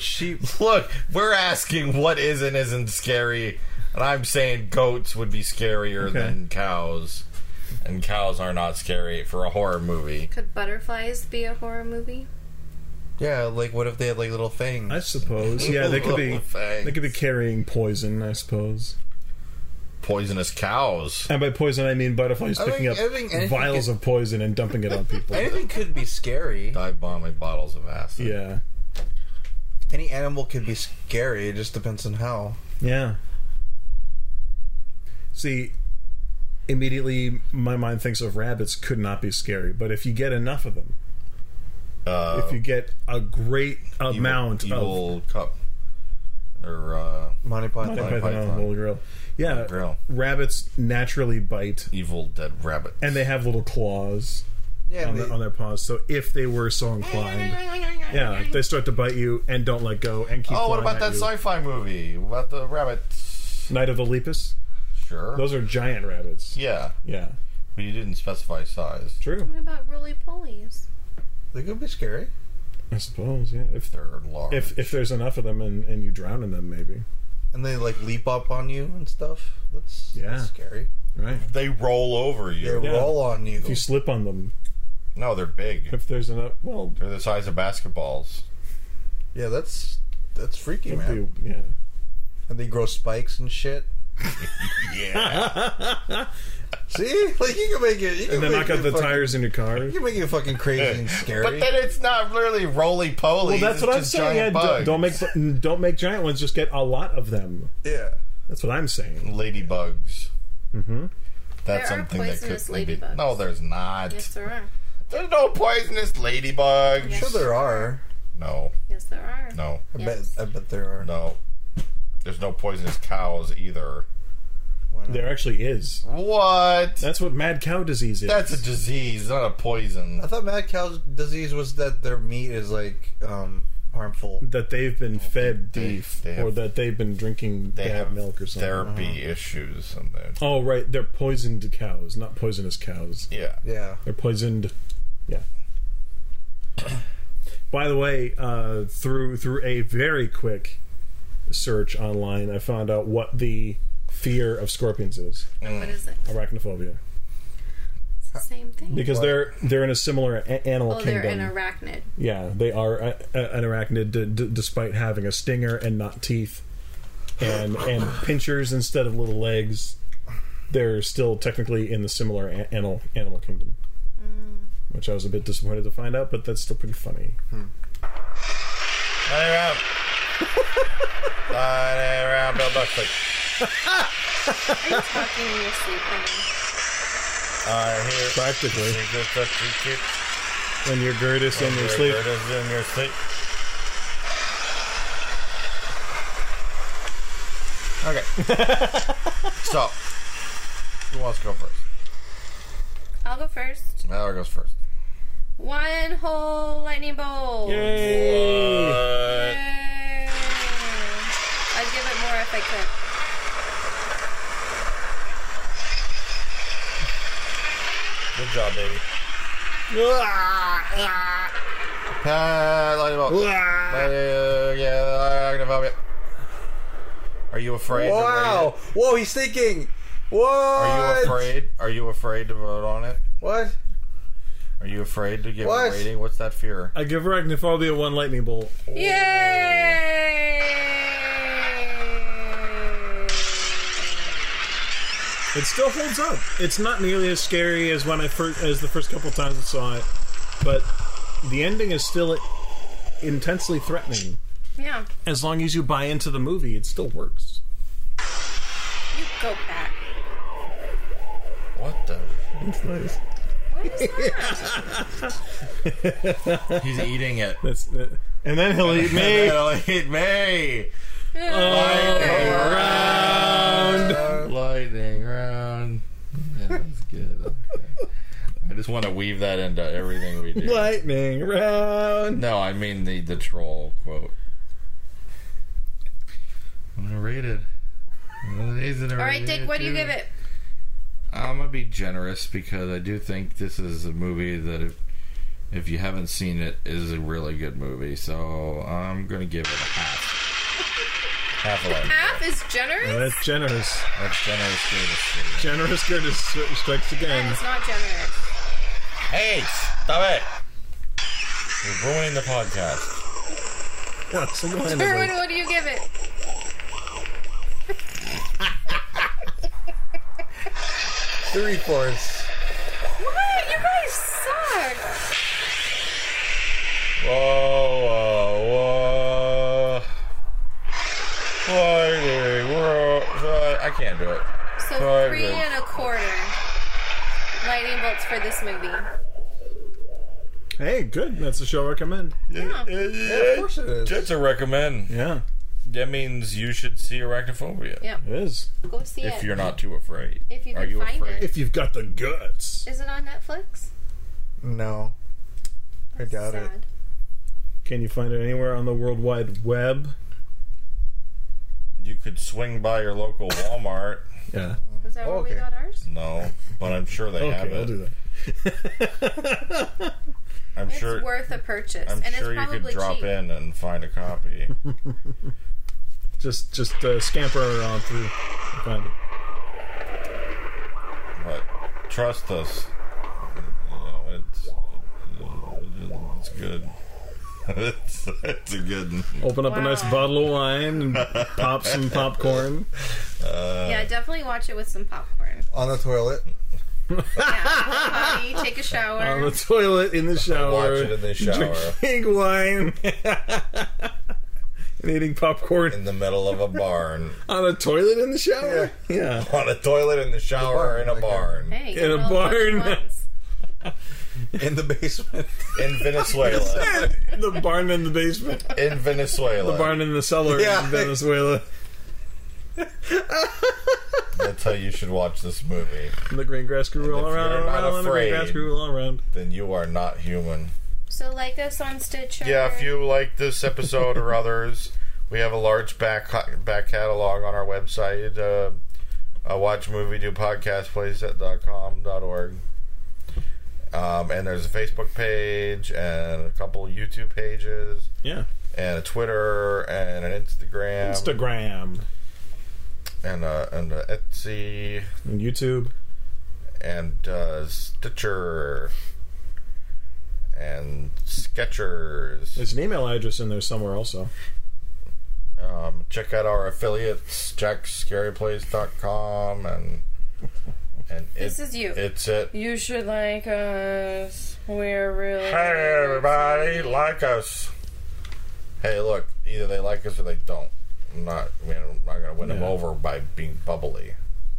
[SPEAKER 4] Sheep.
[SPEAKER 1] Look, we're asking what is and isn't scary, and I'm saying goats would be scarier
[SPEAKER 2] Okay.
[SPEAKER 1] than cows, and cows are not scary for a horror movie.
[SPEAKER 3] Could butterflies be a horror movie?
[SPEAKER 4] Yeah, like what if they had like little fangs?
[SPEAKER 2] I suppose yeah they could be
[SPEAKER 1] Little fangs.
[SPEAKER 2] they could be carrying poison I suppose
[SPEAKER 1] Poisonous cows.
[SPEAKER 2] and by poison I mean butterflies
[SPEAKER 4] I think-
[SPEAKER 2] picking
[SPEAKER 4] I think
[SPEAKER 2] up
[SPEAKER 4] anything
[SPEAKER 2] vials
[SPEAKER 4] could-
[SPEAKER 2] of poison and dumping it on people
[SPEAKER 4] Anything could be scary.
[SPEAKER 1] Dive bombing bottles of acid.
[SPEAKER 2] Yeah.
[SPEAKER 4] Any animal could be scary. It just depends on how.
[SPEAKER 2] Yeah. See, immediately my mind thinks of rabbits could not be scary, but if you get enough of them,
[SPEAKER 1] Uh,
[SPEAKER 2] if you get a great
[SPEAKER 1] evil-
[SPEAKER 2] amount of
[SPEAKER 1] evil cup or uh,
[SPEAKER 4] Monty Python.
[SPEAKER 2] Monty
[SPEAKER 1] Monty
[SPEAKER 2] Python on the
[SPEAKER 1] Python.
[SPEAKER 2] Holy Grail. Yeah,
[SPEAKER 1] Grail.
[SPEAKER 2] rabbits naturally bite,
[SPEAKER 1] evil dead rabbit.
[SPEAKER 2] and they have little claws
[SPEAKER 4] Yeah,
[SPEAKER 2] on,
[SPEAKER 4] they-
[SPEAKER 2] the, on their paws. So if they were so inclined, yeah, they start to bite you and don't let go and keep.
[SPEAKER 1] Oh, what
[SPEAKER 2] clawing
[SPEAKER 1] about
[SPEAKER 2] at
[SPEAKER 1] that
[SPEAKER 2] you.
[SPEAKER 1] sci-fi movie about the rabbits?
[SPEAKER 2] Night of the Lepus?
[SPEAKER 1] Sure.
[SPEAKER 2] Those are giant rabbits.
[SPEAKER 1] yeah,
[SPEAKER 2] Yeah,
[SPEAKER 1] but you didn't specify size.
[SPEAKER 2] true.
[SPEAKER 3] What about roly polies?
[SPEAKER 4] they could be scary.
[SPEAKER 2] I suppose. Yeah, if
[SPEAKER 1] They're large.
[SPEAKER 2] if if there's enough of them and, and you drown in them, maybe.
[SPEAKER 4] And they like leap up on you and stuff. That's,
[SPEAKER 2] Yeah.
[SPEAKER 4] that's scary.
[SPEAKER 2] Right.
[SPEAKER 1] they roll over you.
[SPEAKER 4] They
[SPEAKER 2] Yeah.
[SPEAKER 4] roll on you.
[SPEAKER 2] If you slip on them,
[SPEAKER 1] No, they're big.
[SPEAKER 2] if there's enough, well,
[SPEAKER 1] They're the size of basketballs.
[SPEAKER 4] Yeah, that's that's freaky,
[SPEAKER 2] if
[SPEAKER 4] man.
[SPEAKER 2] you- yeah,
[SPEAKER 4] And they grow spikes and shit.
[SPEAKER 6] yeah.
[SPEAKER 9] See, like you can make it. You can
[SPEAKER 2] And then
[SPEAKER 9] make
[SPEAKER 2] knock out
[SPEAKER 9] it
[SPEAKER 2] the
[SPEAKER 9] fucking-
[SPEAKER 2] tires in your car.
[SPEAKER 9] You can make it fucking crazy and scary.
[SPEAKER 1] But then it's not really roly poly.
[SPEAKER 2] Well, that's what I'm saying. Yeah, don't, don't make don't make giant ones. Just get a lot of them.
[SPEAKER 9] yeah.
[SPEAKER 2] That's what I'm saying.
[SPEAKER 1] ladybugs. Mm-hmm. That's
[SPEAKER 3] There are
[SPEAKER 1] something that could
[SPEAKER 3] poisonous
[SPEAKER 1] maybe-
[SPEAKER 3] ladybugs.
[SPEAKER 1] No, there's not.
[SPEAKER 3] Yes, there are.
[SPEAKER 1] There's no poisonous ladybugs.
[SPEAKER 3] Yes.
[SPEAKER 9] Sure, there are.
[SPEAKER 1] No,
[SPEAKER 3] Yes, there are.
[SPEAKER 1] no,
[SPEAKER 9] I
[SPEAKER 3] Yes.
[SPEAKER 9] bet. I bet there are.
[SPEAKER 1] no. There's no poisonous cows either.
[SPEAKER 9] Why not?
[SPEAKER 2] There actually is.
[SPEAKER 1] What?
[SPEAKER 2] That's what mad cow disease is.
[SPEAKER 1] That's a disease, not a poison.
[SPEAKER 9] I thought mad cow's disease was that their meat is like um, harmful.
[SPEAKER 2] that they've been fed
[SPEAKER 1] Oh, they-
[SPEAKER 2] the
[SPEAKER 1] they have-
[SPEAKER 2] or that they've been drinking
[SPEAKER 1] They
[SPEAKER 2] bad
[SPEAKER 1] have
[SPEAKER 2] milk or something. Uh-huh.
[SPEAKER 1] therapy issues and then
[SPEAKER 2] Oh right, they're poisoned cows, not poisonous cows.
[SPEAKER 1] yeah.
[SPEAKER 9] Yeah.
[SPEAKER 2] They're poisoned. Yeah. By the way, uh, through through a very quick search online, I found out what the fear of scorpions is:
[SPEAKER 3] What is it?
[SPEAKER 2] arachnophobia.
[SPEAKER 3] It's the same thing.
[SPEAKER 2] Because they're they're in a similar a- animal
[SPEAKER 3] Oh,
[SPEAKER 2] kingdom.
[SPEAKER 3] they're an arachnid.
[SPEAKER 2] Yeah, they are a, a, an arachnid d- d- despite having a stinger and not teeth and and pinchers instead of little legs. They're still technically in the similar a- animal animal kingdom, which I was a bit disappointed to find out, but that's still pretty funny.
[SPEAKER 1] Line around. Line around, Bill Buckley.
[SPEAKER 3] Are you talking in your sleep? Honey?
[SPEAKER 1] I hear
[SPEAKER 2] Practically,
[SPEAKER 1] secrets that you keep.
[SPEAKER 2] when you're Gertis in your sleep,
[SPEAKER 1] It is in your sleep. Okay. so, who wants to go first?
[SPEAKER 3] I'll go first.
[SPEAKER 1] Mallory goes first.
[SPEAKER 3] One whole lightning bolt.
[SPEAKER 2] Yay!
[SPEAKER 1] Uh,
[SPEAKER 3] Yay. I'd give it more if I could.
[SPEAKER 1] good job, baby. Ah, light it up. Light it- yeah, arachnophobia. Are you afraid? to rate
[SPEAKER 9] Wow.
[SPEAKER 1] it?
[SPEAKER 9] Whoa, he's thinking. What?
[SPEAKER 1] Are you afraid? Are you afraid to vote on it?
[SPEAKER 9] What?
[SPEAKER 1] Are you afraid to give
[SPEAKER 9] What?
[SPEAKER 1] a rating? What's that fear?
[SPEAKER 2] I give arachnophobia one lightning bolt.
[SPEAKER 3] Yay!
[SPEAKER 2] It still holds up. It's not nearly as scary as when I first as the first couple times I saw it, but the ending is still intensely threatening.
[SPEAKER 3] Yeah,
[SPEAKER 2] as long as you buy into the movie, it still works.
[SPEAKER 3] you go back.
[SPEAKER 1] What the?
[SPEAKER 2] That's nice.
[SPEAKER 3] What is that?
[SPEAKER 6] He's eating it.
[SPEAKER 2] That's uh, and then he'll eat me.
[SPEAKER 6] It'll eat me.
[SPEAKER 2] Oh,
[SPEAKER 9] Uh,
[SPEAKER 6] Lightning round. Yeah, that's good. Okay. I just want to weave that into everything we do.
[SPEAKER 2] lightning round.
[SPEAKER 6] No, I mean the the troll quote. I'm gonna rate it. All
[SPEAKER 3] All right, Dick, what do you give it?
[SPEAKER 6] I'm gonna be generous because I do think this is a movie that, if, if you haven't seen it, is a really good movie. So I'm gonna give it a half.
[SPEAKER 1] Half a light.
[SPEAKER 3] Half is
[SPEAKER 2] Oh,
[SPEAKER 3] generous.
[SPEAKER 2] that's generous.
[SPEAKER 6] That's generous. to the city.
[SPEAKER 2] Generous Curtis strikes
[SPEAKER 1] Um,
[SPEAKER 3] That
[SPEAKER 2] again.
[SPEAKER 3] is not generous.
[SPEAKER 1] Hey, stop it! You're ruining the podcast.
[SPEAKER 2] Yeah, single-handedly.
[SPEAKER 3] Erwin, what do you give it?
[SPEAKER 9] Three fourths.
[SPEAKER 3] What? You guys suck.
[SPEAKER 1] Whoa, whoa, whoa. Lightning round. Uh, I can't do it.
[SPEAKER 3] So
[SPEAKER 1] Sorry,
[SPEAKER 3] three
[SPEAKER 1] babe.
[SPEAKER 3] and a quarter lightning bolts for this movie.
[SPEAKER 2] Hey, good. That's a show I recommend.
[SPEAKER 3] Yeah.
[SPEAKER 9] Of course it is.
[SPEAKER 1] That's a recommend.
[SPEAKER 2] Yeah,
[SPEAKER 1] That means you should see Arachnophobia.
[SPEAKER 3] Yeah.
[SPEAKER 2] it is.
[SPEAKER 3] Go see
[SPEAKER 1] If
[SPEAKER 3] it.
[SPEAKER 1] you're not too afraid.
[SPEAKER 3] If you
[SPEAKER 1] Are
[SPEAKER 3] can
[SPEAKER 1] you
[SPEAKER 3] find
[SPEAKER 1] afraid?
[SPEAKER 3] it.
[SPEAKER 2] If you've got the guts,
[SPEAKER 3] Is it on Netflix?
[SPEAKER 9] No. I doubt it.
[SPEAKER 3] Sad.
[SPEAKER 2] can you find it anywhere on the World Wide Web?
[SPEAKER 1] You could swing by your local Walmart.
[SPEAKER 2] Yeah.
[SPEAKER 3] Was that where
[SPEAKER 9] okay.
[SPEAKER 3] we got ours?
[SPEAKER 1] No, but I'm sure they have
[SPEAKER 2] Okay, I'll
[SPEAKER 1] it.
[SPEAKER 2] do that.
[SPEAKER 1] I'm
[SPEAKER 3] It's
[SPEAKER 1] sure.
[SPEAKER 3] worth a purchase,
[SPEAKER 1] I'm
[SPEAKER 3] and
[SPEAKER 1] sure
[SPEAKER 3] it's
[SPEAKER 1] you
[SPEAKER 3] probably
[SPEAKER 1] could drop
[SPEAKER 3] cheap.
[SPEAKER 1] in and find a copy.
[SPEAKER 2] Just, just uh, scamper on through. and Find it.
[SPEAKER 1] but trust us, you know it's it's good. that's, that's a good one.
[SPEAKER 2] Open up a nice
[SPEAKER 3] Wow.
[SPEAKER 2] bottle of wine and pop some popcorn.
[SPEAKER 1] uh,
[SPEAKER 3] yeah, definitely watch it with some popcorn.
[SPEAKER 9] on the toilet.
[SPEAKER 3] Yeah, body, take a shower.
[SPEAKER 2] On the toilet, in the shower.
[SPEAKER 9] Watch it in the shower.
[SPEAKER 2] Drink wine. and eating popcorn.
[SPEAKER 1] In the middle of a barn.
[SPEAKER 2] On a toilet in the shower? Yeah.
[SPEAKER 1] On a toilet, in the shower, in a barn.
[SPEAKER 3] hey,
[SPEAKER 2] in a
[SPEAKER 3] get all the
[SPEAKER 2] barn.
[SPEAKER 3] buttons.
[SPEAKER 9] In the basement.
[SPEAKER 1] In Venezuela.
[SPEAKER 2] the barn in the basement.
[SPEAKER 1] In Venezuela.
[SPEAKER 2] The barn in the cellar
[SPEAKER 9] Yeah.
[SPEAKER 2] in Venezuela.
[SPEAKER 1] That's how you should watch this movie.
[SPEAKER 2] And the green grass grew all
[SPEAKER 1] if
[SPEAKER 2] around,
[SPEAKER 1] you're
[SPEAKER 2] all
[SPEAKER 1] not
[SPEAKER 2] around, and the green grass
[SPEAKER 1] afraid-
[SPEAKER 2] grew all around.
[SPEAKER 1] Then you are not human.
[SPEAKER 3] So like us on Stitcher.
[SPEAKER 1] Yeah, if you like this episode or others, we have a large back back catalog on our website. Uh, uh, watch movie do podcast org. Um, and there's a Facebook page and a couple YouTube pages
[SPEAKER 2] Yeah.
[SPEAKER 1] and a Twitter and an Instagram
[SPEAKER 2] Instagram
[SPEAKER 1] and a, and a Etsy
[SPEAKER 2] and YouTube.
[SPEAKER 1] and uh, Stitcher and Skechers.
[SPEAKER 2] There's an email address in there somewhere also.
[SPEAKER 1] Um, check out our affiliates, jackscaryplace.com and and
[SPEAKER 3] This
[SPEAKER 1] it-
[SPEAKER 3] is you.
[SPEAKER 1] It's it.
[SPEAKER 3] You should like uh, us. We're really.
[SPEAKER 1] Hey everybody, like us. Hey, look, either they like us or they don't. I'm not, I mean, I'm not gonna win them
[SPEAKER 2] Yeah.
[SPEAKER 1] over by being bubbly.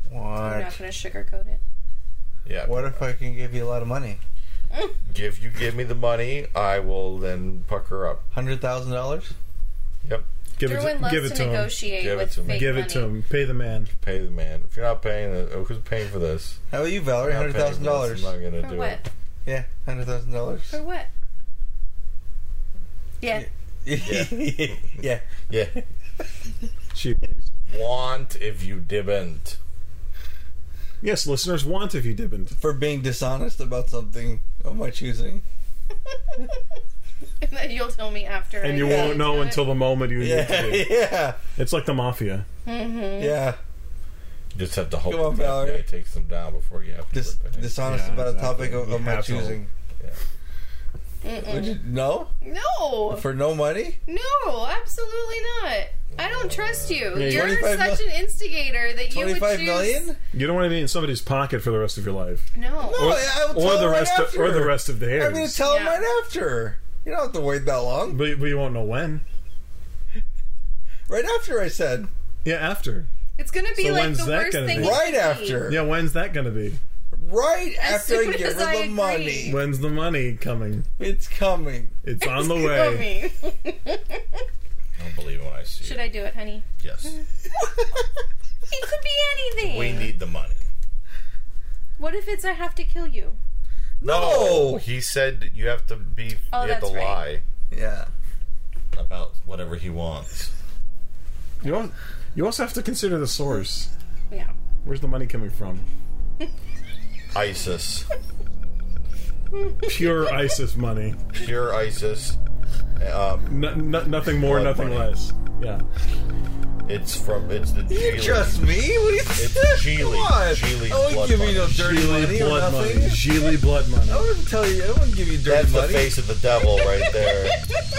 [SPEAKER 3] I'm not gonna sugarcoat it.
[SPEAKER 1] Yeah.
[SPEAKER 4] What if I can give you a lot of money?
[SPEAKER 1] If you give me the money, I will then pucker up.
[SPEAKER 4] Hundred thousand dollars?
[SPEAKER 1] Yep.
[SPEAKER 2] Give it,
[SPEAKER 3] Derwin
[SPEAKER 2] to,
[SPEAKER 3] loves
[SPEAKER 2] give it
[SPEAKER 3] to
[SPEAKER 2] to him.
[SPEAKER 3] negotiate
[SPEAKER 1] Give it
[SPEAKER 3] with
[SPEAKER 1] to me.
[SPEAKER 3] fake
[SPEAKER 2] Give
[SPEAKER 3] money.
[SPEAKER 2] it to him. Pay the man.
[SPEAKER 1] Pay the man. If you're not paying, the, oh, who's paying for this?
[SPEAKER 4] How about you, Valerie?
[SPEAKER 1] I'm not
[SPEAKER 4] Hundred
[SPEAKER 1] paying for
[SPEAKER 4] thousand dollars.
[SPEAKER 1] this. I'm not gonna
[SPEAKER 3] For
[SPEAKER 1] do
[SPEAKER 3] what?
[SPEAKER 1] it.
[SPEAKER 4] Yeah, hundred thousand dollars.
[SPEAKER 3] For what? Yeah.
[SPEAKER 4] Yeah. yeah.
[SPEAKER 1] Yeah.
[SPEAKER 2] Cheap.
[SPEAKER 1] Want if you didn't.
[SPEAKER 2] Yes, listeners want if you didn't.
[SPEAKER 4] For being dishonest about something of my choosing.
[SPEAKER 3] And then You'll tell me after.
[SPEAKER 2] And you won't know until the moment you need
[SPEAKER 4] Yeah.
[SPEAKER 2] to. do.
[SPEAKER 4] Yeah.
[SPEAKER 2] It's like the mafia.
[SPEAKER 4] Yeah.
[SPEAKER 1] Just have to hope
[SPEAKER 4] Come on,
[SPEAKER 1] that
[SPEAKER 4] Valerie.
[SPEAKER 1] guy takes them down before you have to.
[SPEAKER 4] Dis-
[SPEAKER 1] rip it.
[SPEAKER 4] dishonest
[SPEAKER 2] Yeah,
[SPEAKER 4] about
[SPEAKER 2] exactly.
[SPEAKER 4] a topic of,
[SPEAKER 2] You
[SPEAKER 4] of my
[SPEAKER 2] have to.
[SPEAKER 4] choosing.
[SPEAKER 1] Yeah.
[SPEAKER 4] Would you, no?
[SPEAKER 3] No,
[SPEAKER 4] For no money?
[SPEAKER 3] no, absolutely not. I don't trust you.
[SPEAKER 2] Yeah,
[SPEAKER 3] You're
[SPEAKER 4] 25
[SPEAKER 3] such an instigator that you would
[SPEAKER 4] Twenty-five
[SPEAKER 3] choose.
[SPEAKER 4] million?
[SPEAKER 2] You don't want to be in somebody's pocket for the rest of your life,
[SPEAKER 3] No.
[SPEAKER 4] No, I will tell
[SPEAKER 2] or the
[SPEAKER 4] him right
[SPEAKER 2] rest, of,
[SPEAKER 4] after.
[SPEAKER 2] or the rest of theirs.
[SPEAKER 4] I'm gonna tell him
[SPEAKER 3] Yeah.
[SPEAKER 4] right after. You don't have to wait that long.
[SPEAKER 2] but, but you won't know when.
[SPEAKER 4] Right after I said.
[SPEAKER 2] Yeah, after.
[SPEAKER 3] It's gonna be
[SPEAKER 2] So
[SPEAKER 3] like
[SPEAKER 2] when's
[SPEAKER 3] the
[SPEAKER 2] that
[SPEAKER 3] worst
[SPEAKER 2] gonna
[SPEAKER 3] thing.
[SPEAKER 2] be?
[SPEAKER 3] you
[SPEAKER 4] Right
[SPEAKER 3] could
[SPEAKER 4] after.
[SPEAKER 2] Yeah, when's that going to be?
[SPEAKER 4] Right
[SPEAKER 3] As
[SPEAKER 4] after I
[SPEAKER 3] soon
[SPEAKER 4] give
[SPEAKER 3] as
[SPEAKER 4] her
[SPEAKER 3] I
[SPEAKER 4] the
[SPEAKER 3] agree.
[SPEAKER 4] money.
[SPEAKER 2] When's the money coming?
[SPEAKER 4] It's coming.
[SPEAKER 2] It's on the
[SPEAKER 3] eat.
[SPEAKER 2] way.
[SPEAKER 3] Tell me.
[SPEAKER 1] I don't believe it when I see
[SPEAKER 3] Should
[SPEAKER 1] it.
[SPEAKER 3] I do it, honey?
[SPEAKER 1] Yes.
[SPEAKER 3] It could be anything.
[SPEAKER 1] We need the money.
[SPEAKER 3] what if it's I have to kill you?
[SPEAKER 4] No.
[SPEAKER 1] He said you have to be.
[SPEAKER 3] Oh,
[SPEAKER 1] you have to
[SPEAKER 3] that's
[SPEAKER 1] lie
[SPEAKER 3] right.
[SPEAKER 4] Yeah.
[SPEAKER 1] about whatever he wants.
[SPEAKER 2] You al- you also have to consider the source.
[SPEAKER 3] Yeah.
[SPEAKER 2] Where's the money coming from?
[SPEAKER 1] ISIS,
[SPEAKER 2] Pure ISIS money.
[SPEAKER 1] pure ISIS. Um,
[SPEAKER 2] No, no, nothing more,
[SPEAKER 1] Blood
[SPEAKER 2] nothing
[SPEAKER 1] money.
[SPEAKER 2] less. Yeah.
[SPEAKER 1] it's from. It's the.
[SPEAKER 4] You
[SPEAKER 1] Geely.
[SPEAKER 4] trust me? What do you
[SPEAKER 1] It's Geely.
[SPEAKER 4] Come on.
[SPEAKER 1] Geely's
[SPEAKER 4] I
[SPEAKER 1] blood
[SPEAKER 4] wouldn't give you no
[SPEAKER 1] money.
[SPEAKER 4] dirty
[SPEAKER 2] Geely
[SPEAKER 4] money or
[SPEAKER 2] blood money. Geely blood money.
[SPEAKER 4] nothing. Oh. I wouldn't tell you. I wouldn't give you dirty
[SPEAKER 1] That's the
[SPEAKER 4] money.
[SPEAKER 1] face of the devil right there.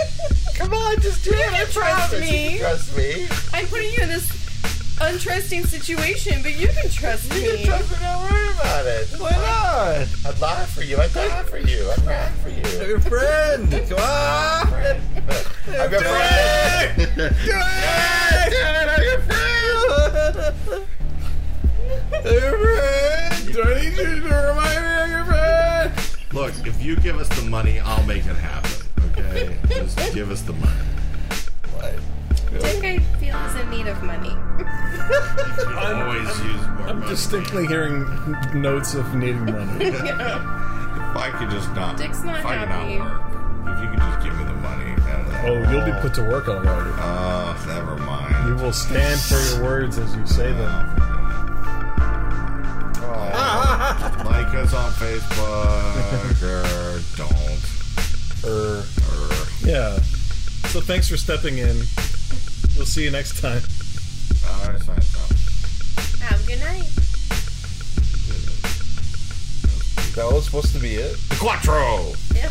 [SPEAKER 4] Come on, just do it. I
[SPEAKER 3] Trust
[SPEAKER 4] promise.
[SPEAKER 3] me.
[SPEAKER 1] trust me.
[SPEAKER 3] I'm putting you in this untrusting situation, but you can trust
[SPEAKER 1] You can
[SPEAKER 3] me.
[SPEAKER 1] trust me. Don't worry about it.
[SPEAKER 4] Why not?
[SPEAKER 1] I'd lie for you. I'd die for you. I'd die for you.
[SPEAKER 4] Your friend. Come on.
[SPEAKER 1] I'm your friend. Look, if you give us the money, I'll make it happen. Okay, just give us the money.
[SPEAKER 3] I think I feel is in need of money.
[SPEAKER 1] You always use more
[SPEAKER 2] I'm
[SPEAKER 1] money.
[SPEAKER 2] distinctly hearing notes of needing money.
[SPEAKER 1] If I could just not.
[SPEAKER 3] Dick's not
[SPEAKER 1] if I could
[SPEAKER 3] happy.
[SPEAKER 1] not work, if you could just give me the money. And,
[SPEAKER 2] Oh, you'll be put to work all right.
[SPEAKER 1] Oh, never
[SPEAKER 2] You
[SPEAKER 1] mind.
[SPEAKER 2] will stand for your words as you say them.
[SPEAKER 1] Oh, like us on Facebook or don't.
[SPEAKER 2] Er,
[SPEAKER 1] Or,
[SPEAKER 2] yeah. So thanks for stepping in. We'll see you next time.
[SPEAKER 1] I don't know, something.
[SPEAKER 3] Have a good night.
[SPEAKER 4] That was supposed to be it.
[SPEAKER 1] Quattro.
[SPEAKER 3] Yeah.